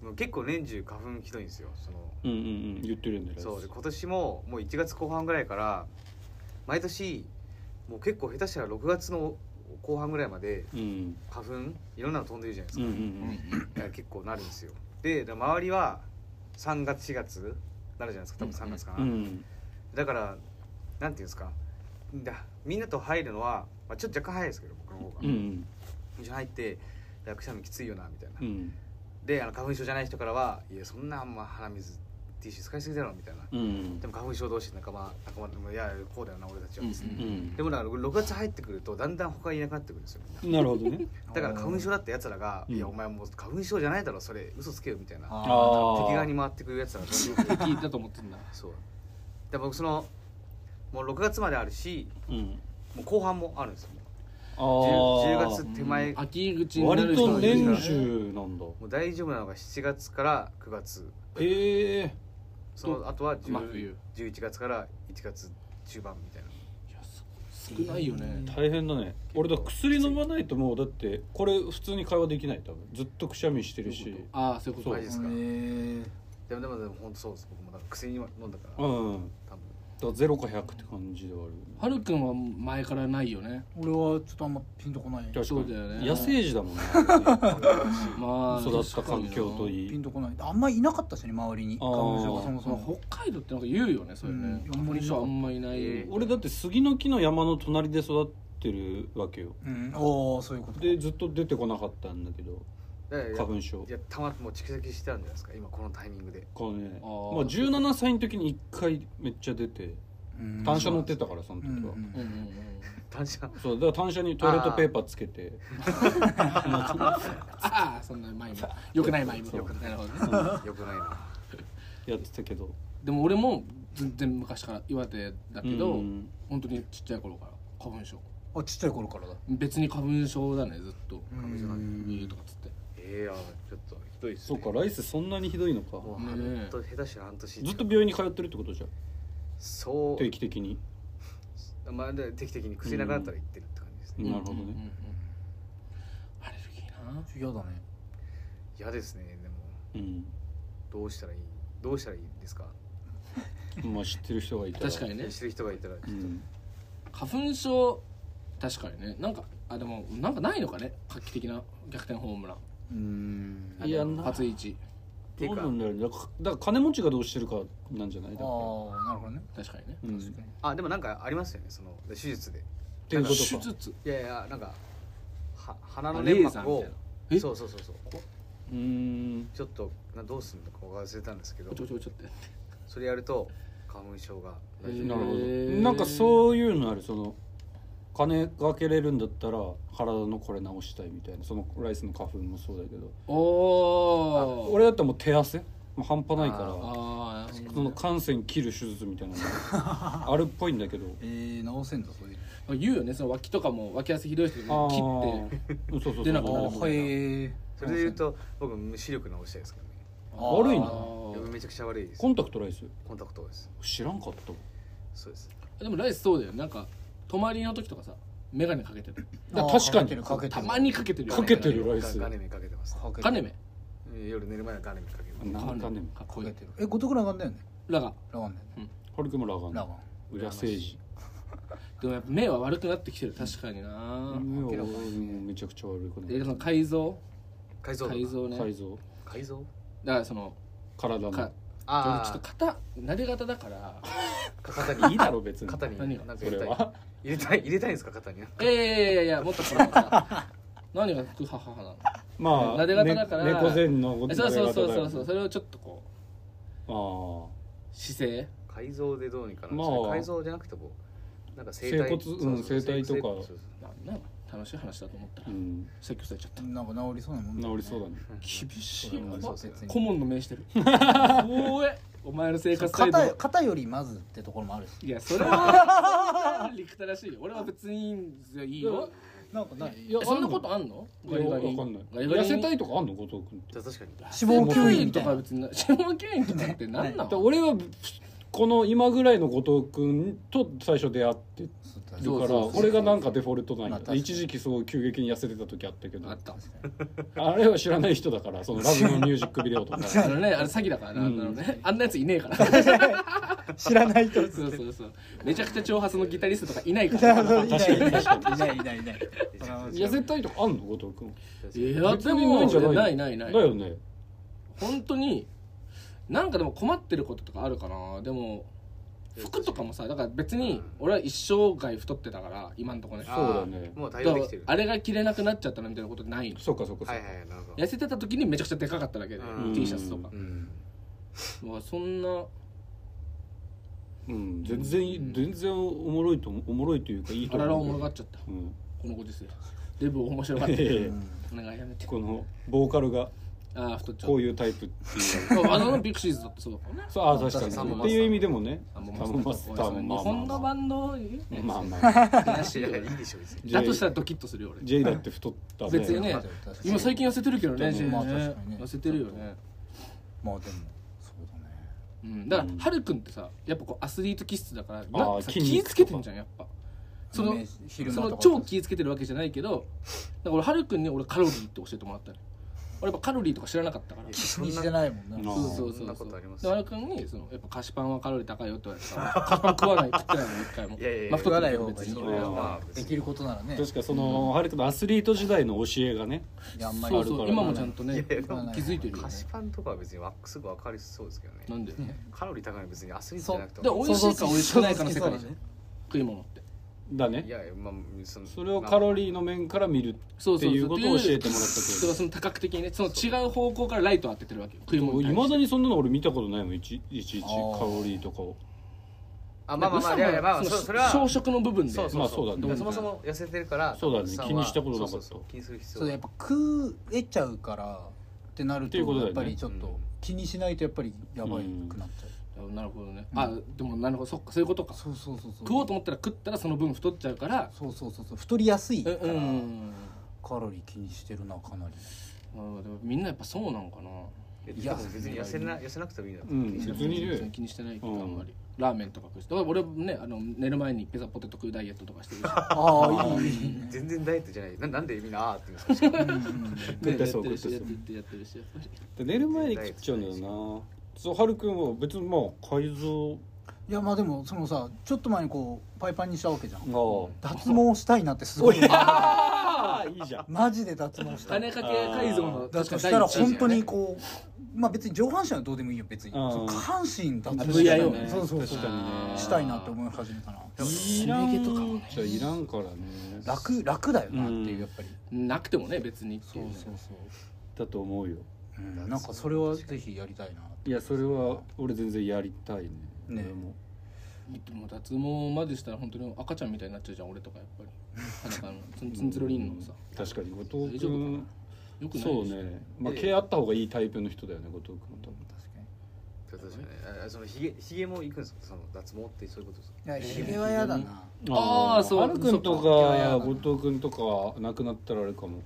[SPEAKER 4] もう結構年中花粉ひどいんですよその
[SPEAKER 3] うんうんうん言ってるんだよ
[SPEAKER 4] そうで今年ももう1月後半ぐらいから毎年もう結構下手したら6月の後半ぐらいまで
[SPEAKER 3] うん
[SPEAKER 4] 花粉いろんなの飛んでるじゃない
[SPEAKER 3] うんうんう
[SPEAKER 4] ですか、
[SPEAKER 3] ん
[SPEAKER 4] だから結構なるんですよでだから周りは3月4月なるじゃないですか多分3月かな、
[SPEAKER 3] うん
[SPEAKER 4] だからなんていうんですかだみんなと入るのは、まあ、ちょっと若干早いですけど僕の方が、
[SPEAKER 3] うんうん
[SPEAKER 4] 一緒に入ってだからくしゃみきついよなみたいな、
[SPEAKER 3] うん
[SPEAKER 4] であの花粉症じゃない人からは「いやそんなあんま鼻水ティッシュ使いすぎだろみたいな、
[SPEAKER 3] うん
[SPEAKER 4] でも花粉症同士仲間仲間でもいやこうだよな俺たちは、
[SPEAKER 1] うんうん
[SPEAKER 3] うん
[SPEAKER 4] でもだから6月入ってくるとだんだん他いなくなってくるんですよみんな
[SPEAKER 3] なるほどね
[SPEAKER 4] だから花粉症だったやつらが「
[SPEAKER 3] うん
[SPEAKER 4] いやお前もう花粉症じゃないだろそれ嘘つけよ」みたいな
[SPEAKER 5] あ
[SPEAKER 4] 敵
[SPEAKER 5] ー
[SPEAKER 3] あー
[SPEAKER 4] 側に回ってくるやつらがどんどん
[SPEAKER 1] 聞いたと思ってんだ
[SPEAKER 4] そうで僕そのもう6月まであるし
[SPEAKER 3] うん
[SPEAKER 4] もう後半もあるんですよ
[SPEAKER 3] あ
[SPEAKER 4] 10,
[SPEAKER 3] あ
[SPEAKER 4] 月手前も
[SPEAKER 1] 秋口になる
[SPEAKER 3] 割
[SPEAKER 1] 人
[SPEAKER 3] と
[SPEAKER 1] もいるし
[SPEAKER 3] 年中なんだ
[SPEAKER 4] う大丈夫なのが7月から9月
[SPEAKER 3] ええ
[SPEAKER 4] そのあとは
[SPEAKER 1] 真
[SPEAKER 4] 10
[SPEAKER 1] 冬
[SPEAKER 4] 11月から1月中盤みたいな
[SPEAKER 1] 少ないよね
[SPEAKER 3] 大変だね俺だから薬飲まないともうだってこれ普通に会話できない多分ずっとくしゃみしてるし
[SPEAKER 1] ああそういうこと
[SPEAKER 4] マジですか
[SPEAKER 5] え
[SPEAKER 4] でもでもでも本当そうです僕もだから薬飲んだか
[SPEAKER 3] う
[SPEAKER 4] ら
[SPEAKER 3] ん
[SPEAKER 4] 多分
[SPEAKER 3] だからゼロか100って感じではある
[SPEAKER 1] はるくんは前からないよね
[SPEAKER 5] 俺はちょっとあんまピンとこない
[SPEAKER 3] 確か
[SPEAKER 1] そう
[SPEAKER 3] に
[SPEAKER 1] だよね
[SPEAKER 3] 野生児だ もんね
[SPEAKER 1] まあ
[SPEAKER 3] 育った環境と
[SPEAKER 1] い
[SPEAKER 3] い
[SPEAKER 5] ピン
[SPEAKER 3] い
[SPEAKER 5] とこないあんまいなかったしね周りに
[SPEAKER 3] あ
[SPEAKER 5] 花
[SPEAKER 3] ー
[SPEAKER 5] 粉症がそもそ
[SPEAKER 1] そ
[SPEAKER 5] も
[SPEAKER 1] の北海道ってなんか言うよねそれね
[SPEAKER 5] うん
[SPEAKER 1] 花粉症あんまいない
[SPEAKER 4] えー
[SPEAKER 3] 俺だって杉の木の山の隣で育ってるわけよ
[SPEAKER 5] うんおおそういうこと
[SPEAKER 3] でずっと出てこなかったんだけど
[SPEAKER 4] だからや
[SPEAKER 3] 花粉症
[SPEAKER 4] いやたまもう蓄積してたんじゃないですか今このタイミングで
[SPEAKER 3] このね
[SPEAKER 1] あ
[SPEAKER 3] まあ
[SPEAKER 1] ー
[SPEAKER 3] 17歳の時に1回めっちゃ出て
[SPEAKER 5] うん
[SPEAKER 3] 単車乗ってたからその
[SPEAKER 5] う
[SPEAKER 3] 時
[SPEAKER 5] ん
[SPEAKER 3] は
[SPEAKER 1] うんうん
[SPEAKER 4] 単車
[SPEAKER 3] そうだから単車にトイレットペーパーつけて
[SPEAKER 1] ああそんなマイムよくないマイム
[SPEAKER 4] 良くない
[SPEAKER 1] なるほどね
[SPEAKER 4] よくないな
[SPEAKER 3] やってたけど
[SPEAKER 1] でも俺も全然昔から岩手だけ
[SPEAKER 3] う
[SPEAKER 1] ど
[SPEAKER 3] ん
[SPEAKER 1] 本当にちっちゃい頃から花粉症
[SPEAKER 5] あちっちゃい頃からだ
[SPEAKER 1] 別に花粉症だねずっと
[SPEAKER 5] 花粉症だね
[SPEAKER 1] うんいいとかっつって
[SPEAKER 4] ええやちょっとひどいっす
[SPEAKER 3] そう
[SPEAKER 4] ね
[SPEAKER 3] かライスそんなにひどいのか
[SPEAKER 4] もう
[SPEAKER 1] ねえ
[SPEAKER 4] 半年下手したら半年
[SPEAKER 3] ずっと病院に通ってるってことじゃん
[SPEAKER 4] そ
[SPEAKER 3] 定期的に
[SPEAKER 4] うまあで定期的に薬なくなったら行ってるって感じですね
[SPEAKER 3] なるほど
[SPEAKER 1] うんうんう
[SPEAKER 3] ね
[SPEAKER 1] んアレルギーな
[SPEAKER 5] 嫌だね
[SPEAKER 4] 嫌ですねでも
[SPEAKER 3] うん
[SPEAKER 4] どうしたらいいどうしたらいいですか
[SPEAKER 3] まあ知ってる人がいたら
[SPEAKER 1] 確かにね
[SPEAKER 4] してる人がいたら
[SPEAKER 3] うん
[SPEAKER 1] 花粉症確かにねなんかあでもなんかないのかね画期的な逆転ホームラン
[SPEAKER 5] うん
[SPEAKER 1] あ
[SPEAKER 3] いや
[SPEAKER 1] でも
[SPEAKER 3] な
[SPEAKER 1] 初一
[SPEAKER 4] てい
[SPEAKER 3] ど
[SPEAKER 4] う
[SPEAKER 3] う
[SPEAKER 4] か
[SPEAKER 3] なんだろうねだからだから金持ちがどうしてるかなんじゃない
[SPEAKER 5] あ
[SPEAKER 3] だっ
[SPEAKER 5] あ
[SPEAKER 3] て
[SPEAKER 5] なるほどね
[SPEAKER 1] 確かにね
[SPEAKER 3] うん
[SPEAKER 5] 確かに
[SPEAKER 4] あでもなんかありますよねその手術で
[SPEAKER 3] っていうこと
[SPEAKER 1] 手
[SPEAKER 3] か
[SPEAKER 1] 術
[SPEAKER 4] いやいやなんかは鼻
[SPEAKER 1] あ
[SPEAKER 4] の
[SPEAKER 1] レ
[SPEAKER 4] 粘
[SPEAKER 1] ーザー
[SPEAKER 4] 膜
[SPEAKER 1] み
[SPEAKER 4] を
[SPEAKER 1] たいなえ
[SPEAKER 4] そうそうそうそう
[SPEAKER 3] うーん
[SPEAKER 4] ちょっとなどうするのか忘れたんですけど
[SPEAKER 1] おちょこちょこちょって
[SPEAKER 4] それやると花粉症が大丈
[SPEAKER 1] え
[SPEAKER 4] 夫
[SPEAKER 1] ー
[SPEAKER 3] なるほどなんかそういうのあるその金かけれるんだったら体のこれ直したいみたいなそのライスの花粉もそうだけど
[SPEAKER 1] おお
[SPEAKER 3] 俺だったらもう手汗もう半端ないから
[SPEAKER 1] あーなるほ
[SPEAKER 3] そ
[SPEAKER 1] ど
[SPEAKER 3] の
[SPEAKER 1] ね
[SPEAKER 3] 汗腺切る手術みたいなの があるっぽいんだけど
[SPEAKER 5] えー直せんだそういう
[SPEAKER 1] 言うよねその脇とかも脇汗ひどい人で
[SPEAKER 3] あー
[SPEAKER 1] も切って
[SPEAKER 3] うんそうそうそう
[SPEAKER 1] 出なくなる
[SPEAKER 5] の
[SPEAKER 1] もん
[SPEAKER 5] あへえ
[SPEAKER 4] それで言うと僕無視力直したいですけどね
[SPEAKER 3] 悪い
[SPEAKER 1] あ
[SPEAKER 3] な
[SPEAKER 4] 僕
[SPEAKER 1] ー
[SPEAKER 4] めちゃくちゃ悪いです
[SPEAKER 3] コンタクトライス
[SPEAKER 4] コンタクトです
[SPEAKER 3] 知らんかった
[SPEAKER 4] そうです
[SPEAKER 1] でもライスそうだよなんか泊まりの時とかさ眼鏡かけてる
[SPEAKER 3] だから確かに
[SPEAKER 5] かけて
[SPEAKER 1] た
[SPEAKER 5] る
[SPEAKER 1] まにかけてるよね
[SPEAKER 3] かけてるライ
[SPEAKER 4] ガ
[SPEAKER 3] ス
[SPEAKER 4] ガネ目かけてます
[SPEAKER 5] かけて
[SPEAKER 1] 金
[SPEAKER 5] る
[SPEAKER 1] 目
[SPEAKER 4] 夜寝る前はガネ目かけてます
[SPEAKER 3] な
[SPEAKER 1] 金
[SPEAKER 3] んかね
[SPEAKER 1] かっ
[SPEAKER 5] か
[SPEAKER 1] こい
[SPEAKER 5] け
[SPEAKER 1] い
[SPEAKER 5] てるえ後徳ラガンだよね
[SPEAKER 1] だが
[SPEAKER 5] ラガンだよね
[SPEAKER 3] ハルクもラ
[SPEAKER 5] ラ
[SPEAKER 3] ガ
[SPEAKER 5] ガン
[SPEAKER 3] ン野生児
[SPEAKER 1] でもやっぱ目は悪くなってきてる確かにな
[SPEAKER 3] 目は俺もめちゃくちゃ悪いこ
[SPEAKER 1] でその
[SPEAKER 3] の
[SPEAKER 1] 改造
[SPEAKER 4] 改造
[SPEAKER 1] 改造ね
[SPEAKER 3] 改造
[SPEAKER 4] 改造
[SPEAKER 1] だからその
[SPEAKER 3] 体の
[SPEAKER 1] か
[SPEAKER 4] あ
[SPEAKER 1] ちょっ
[SPEAKER 4] あ
[SPEAKER 1] と肩撫で型だから
[SPEAKER 4] 肩に
[SPEAKER 3] い いだろ 別に
[SPEAKER 4] 肩に
[SPEAKER 1] 何
[SPEAKER 4] 何
[SPEAKER 1] が
[SPEAKER 4] か
[SPEAKER 3] そ
[SPEAKER 4] 入れ
[SPEAKER 3] れ
[SPEAKER 4] たい
[SPEAKER 3] は
[SPEAKER 4] 入れたい入れたいんですか肩に
[SPEAKER 1] いやいやいやいやもっとこのさ何がふはははなの
[SPEAKER 3] まあ
[SPEAKER 1] 撫で方だから
[SPEAKER 3] ね猫背の
[SPEAKER 1] え
[SPEAKER 3] 撫
[SPEAKER 1] そう
[SPEAKER 3] で
[SPEAKER 1] そう
[SPEAKER 3] 方
[SPEAKER 1] そう
[SPEAKER 3] だ
[SPEAKER 1] そ
[SPEAKER 3] よ
[SPEAKER 1] うそうそれをちょっとこ
[SPEAKER 3] ああ
[SPEAKER 1] う姿勢
[SPEAKER 4] 改造でどうにかな、
[SPEAKER 3] まあ
[SPEAKER 4] それ改造じゃなくてもなんか整体
[SPEAKER 3] 整骨うん
[SPEAKER 4] そうそう
[SPEAKER 3] 整体とか
[SPEAKER 4] そうそう
[SPEAKER 1] なんなん楽しい話だと思ったら
[SPEAKER 3] うん
[SPEAKER 1] 説教されちゃった
[SPEAKER 5] なんか治りそうなもん
[SPEAKER 3] 治りそうだね
[SPEAKER 1] 厳しい
[SPEAKER 5] う
[SPEAKER 1] お
[SPEAKER 5] ん
[SPEAKER 1] 前
[SPEAKER 5] そうですね
[SPEAKER 1] 顧問の目してる怖えお前の生活態
[SPEAKER 5] 肩よ
[SPEAKER 1] 度
[SPEAKER 5] 肩よりまずってところもあるし
[SPEAKER 1] いやそれは理屈らしいよ俺は別にいいんですよいいよ
[SPEAKER 5] なんかない
[SPEAKER 3] いや
[SPEAKER 1] えそんなことあんの
[SPEAKER 3] あるのいやわかんない痩せた
[SPEAKER 1] い
[SPEAKER 3] いとかあんの後藤君って
[SPEAKER 4] じゃあ確かに
[SPEAKER 5] 脂肪吸
[SPEAKER 1] 吸
[SPEAKER 5] 引
[SPEAKER 1] 引
[SPEAKER 5] みた
[SPEAKER 1] と
[SPEAKER 5] い
[SPEAKER 1] か
[SPEAKER 5] な
[SPEAKER 1] 別に脂肪吸引とかって何な
[SPEAKER 3] だから
[SPEAKER 1] の
[SPEAKER 3] 俺はこの今ぐらいの後藤君と最初出会ってる
[SPEAKER 5] そう
[SPEAKER 1] そう
[SPEAKER 3] からこれがなんかデフォルトなん
[SPEAKER 5] まあ
[SPEAKER 3] や
[SPEAKER 5] 確かに
[SPEAKER 3] 一時期すごい急激に痩せてた時あったけど
[SPEAKER 1] あった
[SPEAKER 3] あれは知らない人だからそのラブのミュージックビデ オとか
[SPEAKER 1] あのねあれ詐欺だからな、
[SPEAKER 3] うん
[SPEAKER 1] あのねあんなやついねえからそう
[SPEAKER 5] 知らない人
[SPEAKER 1] そうそうめちゃくちゃ挑発のギタリストとかいないから
[SPEAKER 5] いないいないいないいない
[SPEAKER 3] 痩せたいとかあんの後藤君
[SPEAKER 1] いやでも
[SPEAKER 3] ないんじゃないの
[SPEAKER 1] ないないない
[SPEAKER 3] だよね
[SPEAKER 1] 本当になんかでも困ってることとかあるかなでも服とかもさだから別に俺は一生涯太ってたから今んとこね
[SPEAKER 4] あ
[SPEAKER 3] そう
[SPEAKER 4] ー
[SPEAKER 3] だね
[SPEAKER 4] もう
[SPEAKER 1] だ
[SPEAKER 4] 対
[SPEAKER 1] か
[SPEAKER 4] 応で
[SPEAKER 1] ら
[SPEAKER 4] きてる
[SPEAKER 1] あれが着れなくなっちゃったなみたいなことないの
[SPEAKER 3] そうかそうかそうか
[SPEAKER 4] はいはいはいなるほど
[SPEAKER 1] 痩せてた時にめちゃくちゃでかかっただけで
[SPEAKER 4] うん
[SPEAKER 1] T シャツとか
[SPEAKER 4] うん
[SPEAKER 1] まあそんな
[SPEAKER 3] うん全然いい全然おもろいと思おもろいというかいい
[SPEAKER 1] あ
[SPEAKER 3] と
[SPEAKER 1] ららおも
[SPEAKER 3] 思
[SPEAKER 1] ろ
[SPEAKER 3] う
[SPEAKER 1] がっ
[SPEAKER 3] け
[SPEAKER 1] ちゃった
[SPEAKER 3] どうん
[SPEAKER 1] このご時世デブ面白がって
[SPEAKER 3] ええ
[SPEAKER 1] るお願いやめて
[SPEAKER 3] このボーカルが
[SPEAKER 1] ああ太っちゃう
[SPEAKER 3] こういうタイプっていう
[SPEAKER 1] まああのビクシーズだってそうだからね
[SPEAKER 3] そうあ確か
[SPEAKER 4] サンボ
[SPEAKER 3] にっ
[SPEAKER 4] マスター
[SPEAKER 3] ていう意味でもね
[SPEAKER 1] あもう
[SPEAKER 3] サンボマスターもま
[SPEAKER 1] 日
[SPEAKER 3] あまあ
[SPEAKER 1] 本のバンドいいよね
[SPEAKER 3] まあまあ
[SPEAKER 1] 悔しい
[SPEAKER 4] い
[SPEAKER 1] よ
[SPEAKER 4] やいや
[SPEAKER 1] ね
[SPEAKER 4] いいでしょ別に
[SPEAKER 1] だとしたらドキッとするよ
[SPEAKER 3] J だって太ったね
[SPEAKER 1] 俺別にね
[SPEAKER 5] 確かに
[SPEAKER 1] 今最近痩せてるけどね
[SPEAKER 3] ちょっとね
[SPEAKER 1] J
[SPEAKER 5] まあ
[SPEAKER 1] ね
[SPEAKER 5] 確かにね
[SPEAKER 1] 痩せてるよね
[SPEAKER 5] まあでもそうだね
[SPEAKER 1] うんだか
[SPEAKER 3] うん
[SPEAKER 1] らはるくんってさやっぱこうアスリート気質だから
[SPEAKER 3] あ
[SPEAKER 1] な
[SPEAKER 3] ー
[SPEAKER 1] さ
[SPEAKER 3] 筋
[SPEAKER 1] 気
[SPEAKER 3] 肉
[SPEAKER 1] ぃつけてんじゃんやっぱその
[SPEAKER 5] ね昼
[SPEAKER 1] そ
[SPEAKER 5] 間
[SPEAKER 1] の
[SPEAKER 5] とか
[SPEAKER 1] 超気ぃつけてるわけじゃないけどだから俺はるくんに俺カロリーって教えてもらったのよ俺やっぱカロリーとか知らなかったから
[SPEAKER 4] いや
[SPEAKER 5] 気
[SPEAKER 4] そん
[SPEAKER 5] にして
[SPEAKER 4] な
[SPEAKER 5] ないもんな
[SPEAKER 3] うん
[SPEAKER 1] そうそうそう
[SPEAKER 4] そんなことあります
[SPEAKER 1] で丸くんにそのやっぱ菓子パンはカロリー高いよって言われてさ菓子パン食わない食ってないの一回も
[SPEAKER 4] いやいやいや
[SPEAKER 1] まあ太ってるけど
[SPEAKER 5] 食わない方がいい
[SPEAKER 1] 別
[SPEAKER 4] そ
[SPEAKER 1] に
[SPEAKER 4] れはま
[SPEAKER 5] で
[SPEAKER 4] あ別
[SPEAKER 5] き
[SPEAKER 4] に
[SPEAKER 5] ることならね
[SPEAKER 3] 確かそのハルクのアスリート時代の教えがね
[SPEAKER 5] いやあんまり
[SPEAKER 1] そうそう今もちゃんと
[SPEAKER 4] い
[SPEAKER 1] ね
[SPEAKER 4] やいやでも
[SPEAKER 1] 気づいてるよね
[SPEAKER 4] 菓子パンとかは別にわすぐ分かりそうですけどね
[SPEAKER 1] なんで
[SPEAKER 4] カロリー高いのは別にアスリートじゃなくて
[SPEAKER 1] で
[SPEAKER 4] も
[SPEAKER 1] 美味しいか美味しくないかの世界じゃん食い物って
[SPEAKER 3] だ
[SPEAKER 4] い
[SPEAKER 3] ね
[SPEAKER 4] やいやまあその
[SPEAKER 3] それをカロ
[SPEAKER 4] リ
[SPEAKER 3] リーの面から見る
[SPEAKER 1] そう
[SPEAKER 3] って
[SPEAKER 1] そうそう
[SPEAKER 3] いうことを教えてもらった
[SPEAKER 1] それはその多角的にねその違う方向からライトを当ててるわけよ食
[SPEAKER 3] け
[SPEAKER 1] い物
[SPEAKER 3] ど
[SPEAKER 1] に
[SPEAKER 3] い
[SPEAKER 1] 対
[SPEAKER 3] ま
[SPEAKER 1] して
[SPEAKER 3] だにそんなの俺見たことないもんいちいちいちカロリーとかを
[SPEAKER 4] あまあまあまあいやいやまあそそれは
[SPEAKER 1] 小食の部分で
[SPEAKER 4] そうそう
[SPEAKER 3] まあそうだね
[SPEAKER 4] だからそもそも痩せてるから
[SPEAKER 3] そうだね
[SPEAKER 4] お客さんは
[SPEAKER 3] 気にしたことなかった
[SPEAKER 4] そうそうそう気にする必
[SPEAKER 5] そう
[SPEAKER 4] 要
[SPEAKER 5] やっぱ食えちゃうからってなる
[SPEAKER 3] って
[SPEAKER 5] と
[SPEAKER 3] いうことだ
[SPEAKER 5] や
[SPEAKER 3] よ
[SPEAKER 5] っ
[SPEAKER 3] ね
[SPEAKER 5] ぱりちょっと気にしないとやっぱりやばいくなっちゃう
[SPEAKER 1] なるほどねあでもなるほどそっかそういうことか
[SPEAKER 5] そうそうそうそう
[SPEAKER 1] 食おうと思ったら食ったらその分太っちゃうから
[SPEAKER 5] そうそうそうそう太りやすいか
[SPEAKER 1] う
[SPEAKER 5] ら
[SPEAKER 1] んうん
[SPEAKER 5] カロリー気にしてるなかなり
[SPEAKER 1] うんでもみんなやっぱそうなんかない
[SPEAKER 4] や別に痩せな痩せなくてもいいな
[SPEAKER 3] うん別に
[SPEAKER 1] 別に
[SPEAKER 3] ね
[SPEAKER 1] 気にしてないけど
[SPEAKER 3] うん
[SPEAKER 1] あんまりラーメンとか食うしだから俺もねあの寝る前にピザポテト食うダイエットとかしてるし
[SPEAKER 5] ああいいいいね
[SPEAKER 4] 全然ダイエットじゃないななんでみんなあーって言うんですか
[SPEAKER 3] 食って
[SPEAKER 1] ね
[SPEAKER 3] そう
[SPEAKER 1] やってるし
[SPEAKER 3] 食って
[SPEAKER 1] や
[SPEAKER 3] そ
[SPEAKER 1] っ
[SPEAKER 3] う
[SPEAKER 1] てるしやってるしやっぱり
[SPEAKER 3] で寝る前に食っちゃうんだよなそうハルくんは別にまあ改造
[SPEAKER 5] いやまあでもそのさちょっと前にこうパイパンにしたわけじゃん
[SPEAKER 3] が
[SPEAKER 5] 脱毛したいなってすごい
[SPEAKER 3] ああいいじゃん
[SPEAKER 5] マジで脱毛したい
[SPEAKER 1] 金かけ改造の
[SPEAKER 5] だとし
[SPEAKER 1] 第
[SPEAKER 5] たら
[SPEAKER 1] 一位
[SPEAKER 5] 本当にこうまあ別に上半身はどうでもいいよ別に
[SPEAKER 3] うん
[SPEAKER 5] そう下半身脱
[SPEAKER 1] あ
[SPEAKER 5] 毛したい
[SPEAKER 1] VIO
[SPEAKER 5] ね
[SPEAKER 1] ね
[SPEAKER 5] そうそうそう
[SPEAKER 3] 確かにね
[SPEAKER 5] したいなって思い始めたない
[SPEAKER 3] らんじゃいらんからね
[SPEAKER 5] 楽楽だよなって
[SPEAKER 3] う
[SPEAKER 5] い
[SPEAKER 3] ん
[SPEAKER 5] うやっぱり
[SPEAKER 1] なくてもね別にって
[SPEAKER 5] そ
[SPEAKER 1] いううね
[SPEAKER 5] そうそう
[SPEAKER 3] だと思うよ
[SPEAKER 5] うんなんかそれはぜひやりたいない
[SPEAKER 3] やそれは俺全然やりたいね
[SPEAKER 5] ね
[SPEAKER 3] 俺も
[SPEAKER 1] でも脱毛までしたら本当に赤ちゃんみたいになっちゃうじゃん俺とかやっぱり裸のツンツンツルリンのさ
[SPEAKER 3] 確かに後藤
[SPEAKER 1] 大丈夫
[SPEAKER 3] 君
[SPEAKER 1] よくない
[SPEAKER 3] そう
[SPEAKER 1] でしょ
[SPEAKER 3] ねまあ毛あった方がいいタイプの人だよね後藤君は多分
[SPEAKER 4] 確かにあそのひげひげもいくんですかその脱毛ってそういうことですか
[SPEAKER 5] いやひげは嫌だな
[SPEAKER 1] あーそう
[SPEAKER 3] ハルくんと
[SPEAKER 5] そっか毛は嫌だ
[SPEAKER 3] か
[SPEAKER 5] な
[SPEAKER 3] 後藤君とか亡くなったらあれかも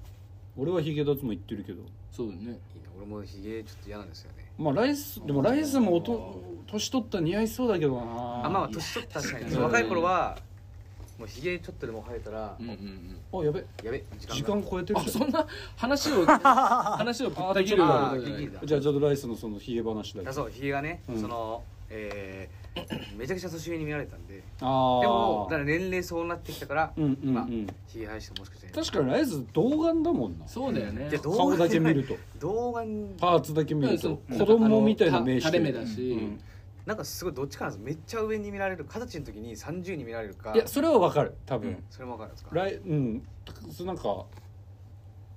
[SPEAKER 3] 俺はヒゲ脱毛言ってるけど
[SPEAKER 1] そうだね
[SPEAKER 4] いいな俺もひげちょっと嫌なんですよね
[SPEAKER 3] まあライスでもライスもおと年取ったら似合いそうだけどな
[SPEAKER 4] あまあ年取ったし
[SPEAKER 1] いや
[SPEAKER 4] そう若い頃はもうひげちょっとでも生えたら
[SPEAKER 1] うんうんうん
[SPEAKER 3] あやべ
[SPEAKER 4] やべ時間
[SPEAKER 3] 時間超えてる
[SPEAKER 1] あ
[SPEAKER 3] じ
[SPEAKER 1] そ
[SPEAKER 3] ゃん
[SPEAKER 1] んな話を話をぶった切るようなこ
[SPEAKER 4] あー
[SPEAKER 1] とじゃない
[SPEAKER 4] ギリギリだ
[SPEAKER 3] じゃあちょっとライスのそのヒゲ話だけ
[SPEAKER 4] あ
[SPEAKER 3] ど
[SPEAKER 4] そうひげがね、
[SPEAKER 3] うん
[SPEAKER 4] そのえー、めちゃくちゃ年上に見られたんで
[SPEAKER 3] ああ
[SPEAKER 4] でもだから年齢そうなってきたから
[SPEAKER 3] うんうんうん、
[SPEAKER 4] まあひげ生やしてももしかして
[SPEAKER 3] 確かにライス童顔だもんな
[SPEAKER 1] そうだよね
[SPEAKER 4] いやどう
[SPEAKER 3] 顔だけ見ると
[SPEAKER 4] 童顔
[SPEAKER 3] パーツだけ見ると
[SPEAKER 1] うん
[SPEAKER 3] 子供みたいな目して
[SPEAKER 1] 垂れ目
[SPEAKER 3] る
[SPEAKER 1] だ
[SPEAKER 3] う
[SPEAKER 1] し
[SPEAKER 3] ん
[SPEAKER 4] なんかすごいどっちかなんですめっちゃ上に見られる二十歳の時に30に見られるか
[SPEAKER 3] いやそれはわかる多分、
[SPEAKER 4] それも分かるんですか
[SPEAKER 3] 来うんそうなんか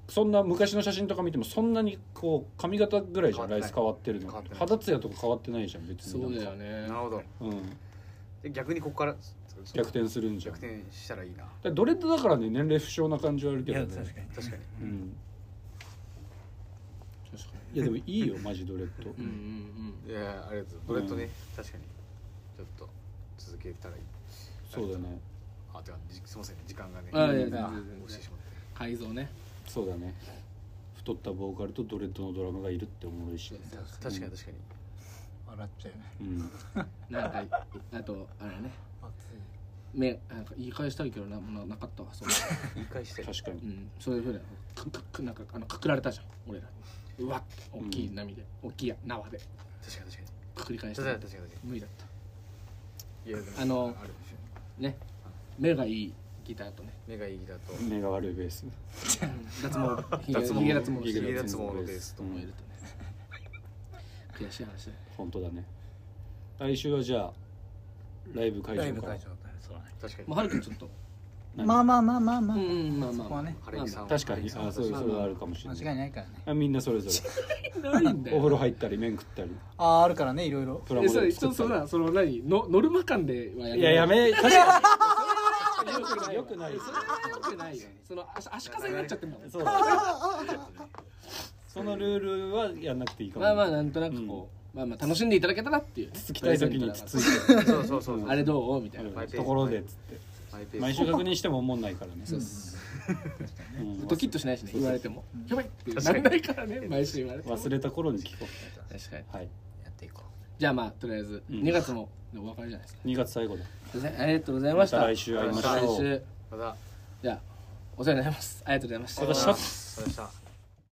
[SPEAKER 3] そんな昔の写真とか見てもそんなにこう髪型ぐらいじゃんラ
[SPEAKER 4] 変わってない
[SPEAKER 3] イス変わってるの
[SPEAKER 4] 変わってない
[SPEAKER 3] 肌ツヤとか変わってないじゃん別に
[SPEAKER 1] そうだよね
[SPEAKER 4] なるほど
[SPEAKER 3] うん、
[SPEAKER 4] で逆にここから
[SPEAKER 3] 逆転するんじゃん
[SPEAKER 4] 逆転したらいいな
[SPEAKER 3] だどれだからね年齢不詳な感じはあるけどね
[SPEAKER 5] かに
[SPEAKER 4] 確か
[SPEAKER 3] う
[SPEAKER 4] に
[SPEAKER 3] ん、
[SPEAKER 1] 確か
[SPEAKER 3] いやでもいいよマジドレッド、
[SPEAKER 1] にうんうんうん
[SPEAKER 4] いやいやありがとうドレッドね、確かにちょっと続けたらいい
[SPEAKER 3] そうだね
[SPEAKER 4] あてかじすいません時間がね
[SPEAKER 1] あいや
[SPEAKER 4] うん
[SPEAKER 1] 全然
[SPEAKER 4] あ
[SPEAKER 1] 全然
[SPEAKER 4] 押してしまって
[SPEAKER 1] 改造ね
[SPEAKER 3] そうだね太ったボーカルとドレッドのドラムがいるって思うし、
[SPEAKER 4] 確かに確かに
[SPEAKER 5] 笑っちゃうね
[SPEAKER 3] うん、
[SPEAKER 1] なんかあとあれね目なんか言い返したいけどなななかったわそう
[SPEAKER 4] 言い返して
[SPEAKER 3] 確かに
[SPEAKER 1] うん、そういうふうなくくくなんかあのくくられたじゃん俺らにうわっ大きい波で、大きい縄で
[SPEAKER 4] 確かに確かに
[SPEAKER 1] くくり返し
[SPEAKER 4] 確
[SPEAKER 1] た
[SPEAKER 4] かに確かに
[SPEAKER 1] 無理だった
[SPEAKER 4] いやでも
[SPEAKER 1] あの
[SPEAKER 4] あるでしょ
[SPEAKER 1] ね目がいいギターとね
[SPEAKER 4] 目がいいだと
[SPEAKER 3] 目が悪いベース
[SPEAKER 1] 脱 毛ひげ
[SPEAKER 4] 脱毛
[SPEAKER 1] ひげ脱毛
[SPEAKER 4] ひ
[SPEAKER 1] して
[SPEAKER 4] げ
[SPEAKER 1] る
[SPEAKER 4] 脱毛のベースと
[SPEAKER 3] う
[SPEAKER 1] 思え
[SPEAKER 3] ん
[SPEAKER 1] ると ね悔しい話だよ
[SPEAKER 3] 本当だね来週はじゃあライブ会
[SPEAKER 5] ライ
[SPEAKER 3] 場
[SPEAKER 5] ブ
[SPEAKER 3] から
[SPEAKER 5] 会場だねそうだね
[SPEAKER 4] 確かに
[SPEAKER 1] もうはるくんちょっと
[SPEAKER 3] 何
[SPEAKER 5] まあまあまあまあまあ、
[SPEAKER 1] うんうんまあ
[SPEAKER 5] そ
[SPEAKER 1] まあま
[SPEAKER 5] こは
[SPEAKER 1] あ
[SPEAKER 5] ね
[SPEAKER 4] 晴樹さん
[SPEAKER 3] 確かに
[SPEAKER 4] 晴
[SPEAKER 3] あ
[SPEAKER 4] 樹さ
[SPEAKER 3] そ
[SPEAKER 4] ん
[SPEAKER 3] ういうそれはあるかもしれ
[SPEAKER 5] 間
[SPEAKER 3] な
[SPEAKER 5] 違い
[SPEAKER 3] い
[SPEAKER 5] ないからね
[SPEAKER 3] あみんなそれぞ
[SPEAKER 1] ないんだ
[SPEAKER 3] れお風
[SPEAKER 1] よ
[SPEAKER 3] 呂入ったり麺食ったり
[SPEAKER 5] あああるからねいろいろ
[SPEAKER 3] プラ
[SPEAKER 1] え
[SPEAKER 3] モ
[SPEAKER 1] そ
[SPEAKER 3] デ
[SPEAKER 1] れ
[SPEAKER 3] ル
[SPEAKER 1] ちょっと
[SPEAKER 3] 作
[SPEAKER 1] そ
[SPEAKER 3] った
[SPEAKER 1] のその何のノルマ感ではや
[SPEAKER 2] いやや め確か
[SPEAKER 3] りよくない
[SPEAKER 1] それは良くないよその足足かせになっちゃってんだもん
[SPEAKER 2] にそうだ
[SPEAKER 3] そのルールはやんなくていいかも
[SPEAKER 1] まあまあなんとなくこう、まあまあ楽しんでいただけたらっていう
[SPEAKER 3] つきたい時につついて
[SPEAKER 4] そうそうそうそう
[SPEAKER 1] あれどうみたいな、
[SPEAKER 4] マイペース
[SPEAKER 3] ところでっつって
[SPEAKER 4] マイペース
[SPEAKER 3] 毎週確認しても思んないからね
[SPEAKER 1] そうっす
[SPEAKER 3] うん
[SPEAKER 1] ドキッとしないしね言われてもやばいってならないからね毎週言われても
[SPEAKER 3] 忘れた頃に聞こ
[SPEAKER 1] 確かに
[SPEAKER 3] うはい
[SPEAKER 1] やっていこうじゃあまあとりあえず
[SPEAKER 3] うん
[SPEAKER 1] 2月もお別れじゃないですか、
[SPEAKER 3] 2月最後で
[SPEAKER 1] すいませんありがとうございました
[SPEAKER 3] また来週会いましょ
[SPEAKER 1] ま
[SPEAKER 3] う
[SPEAKER 1] た来週
[SPEAKER 4] また
[SPEAKER 1] じゃあお世話になりますありがとうございました
[SPEAKER 4] ありがとうございました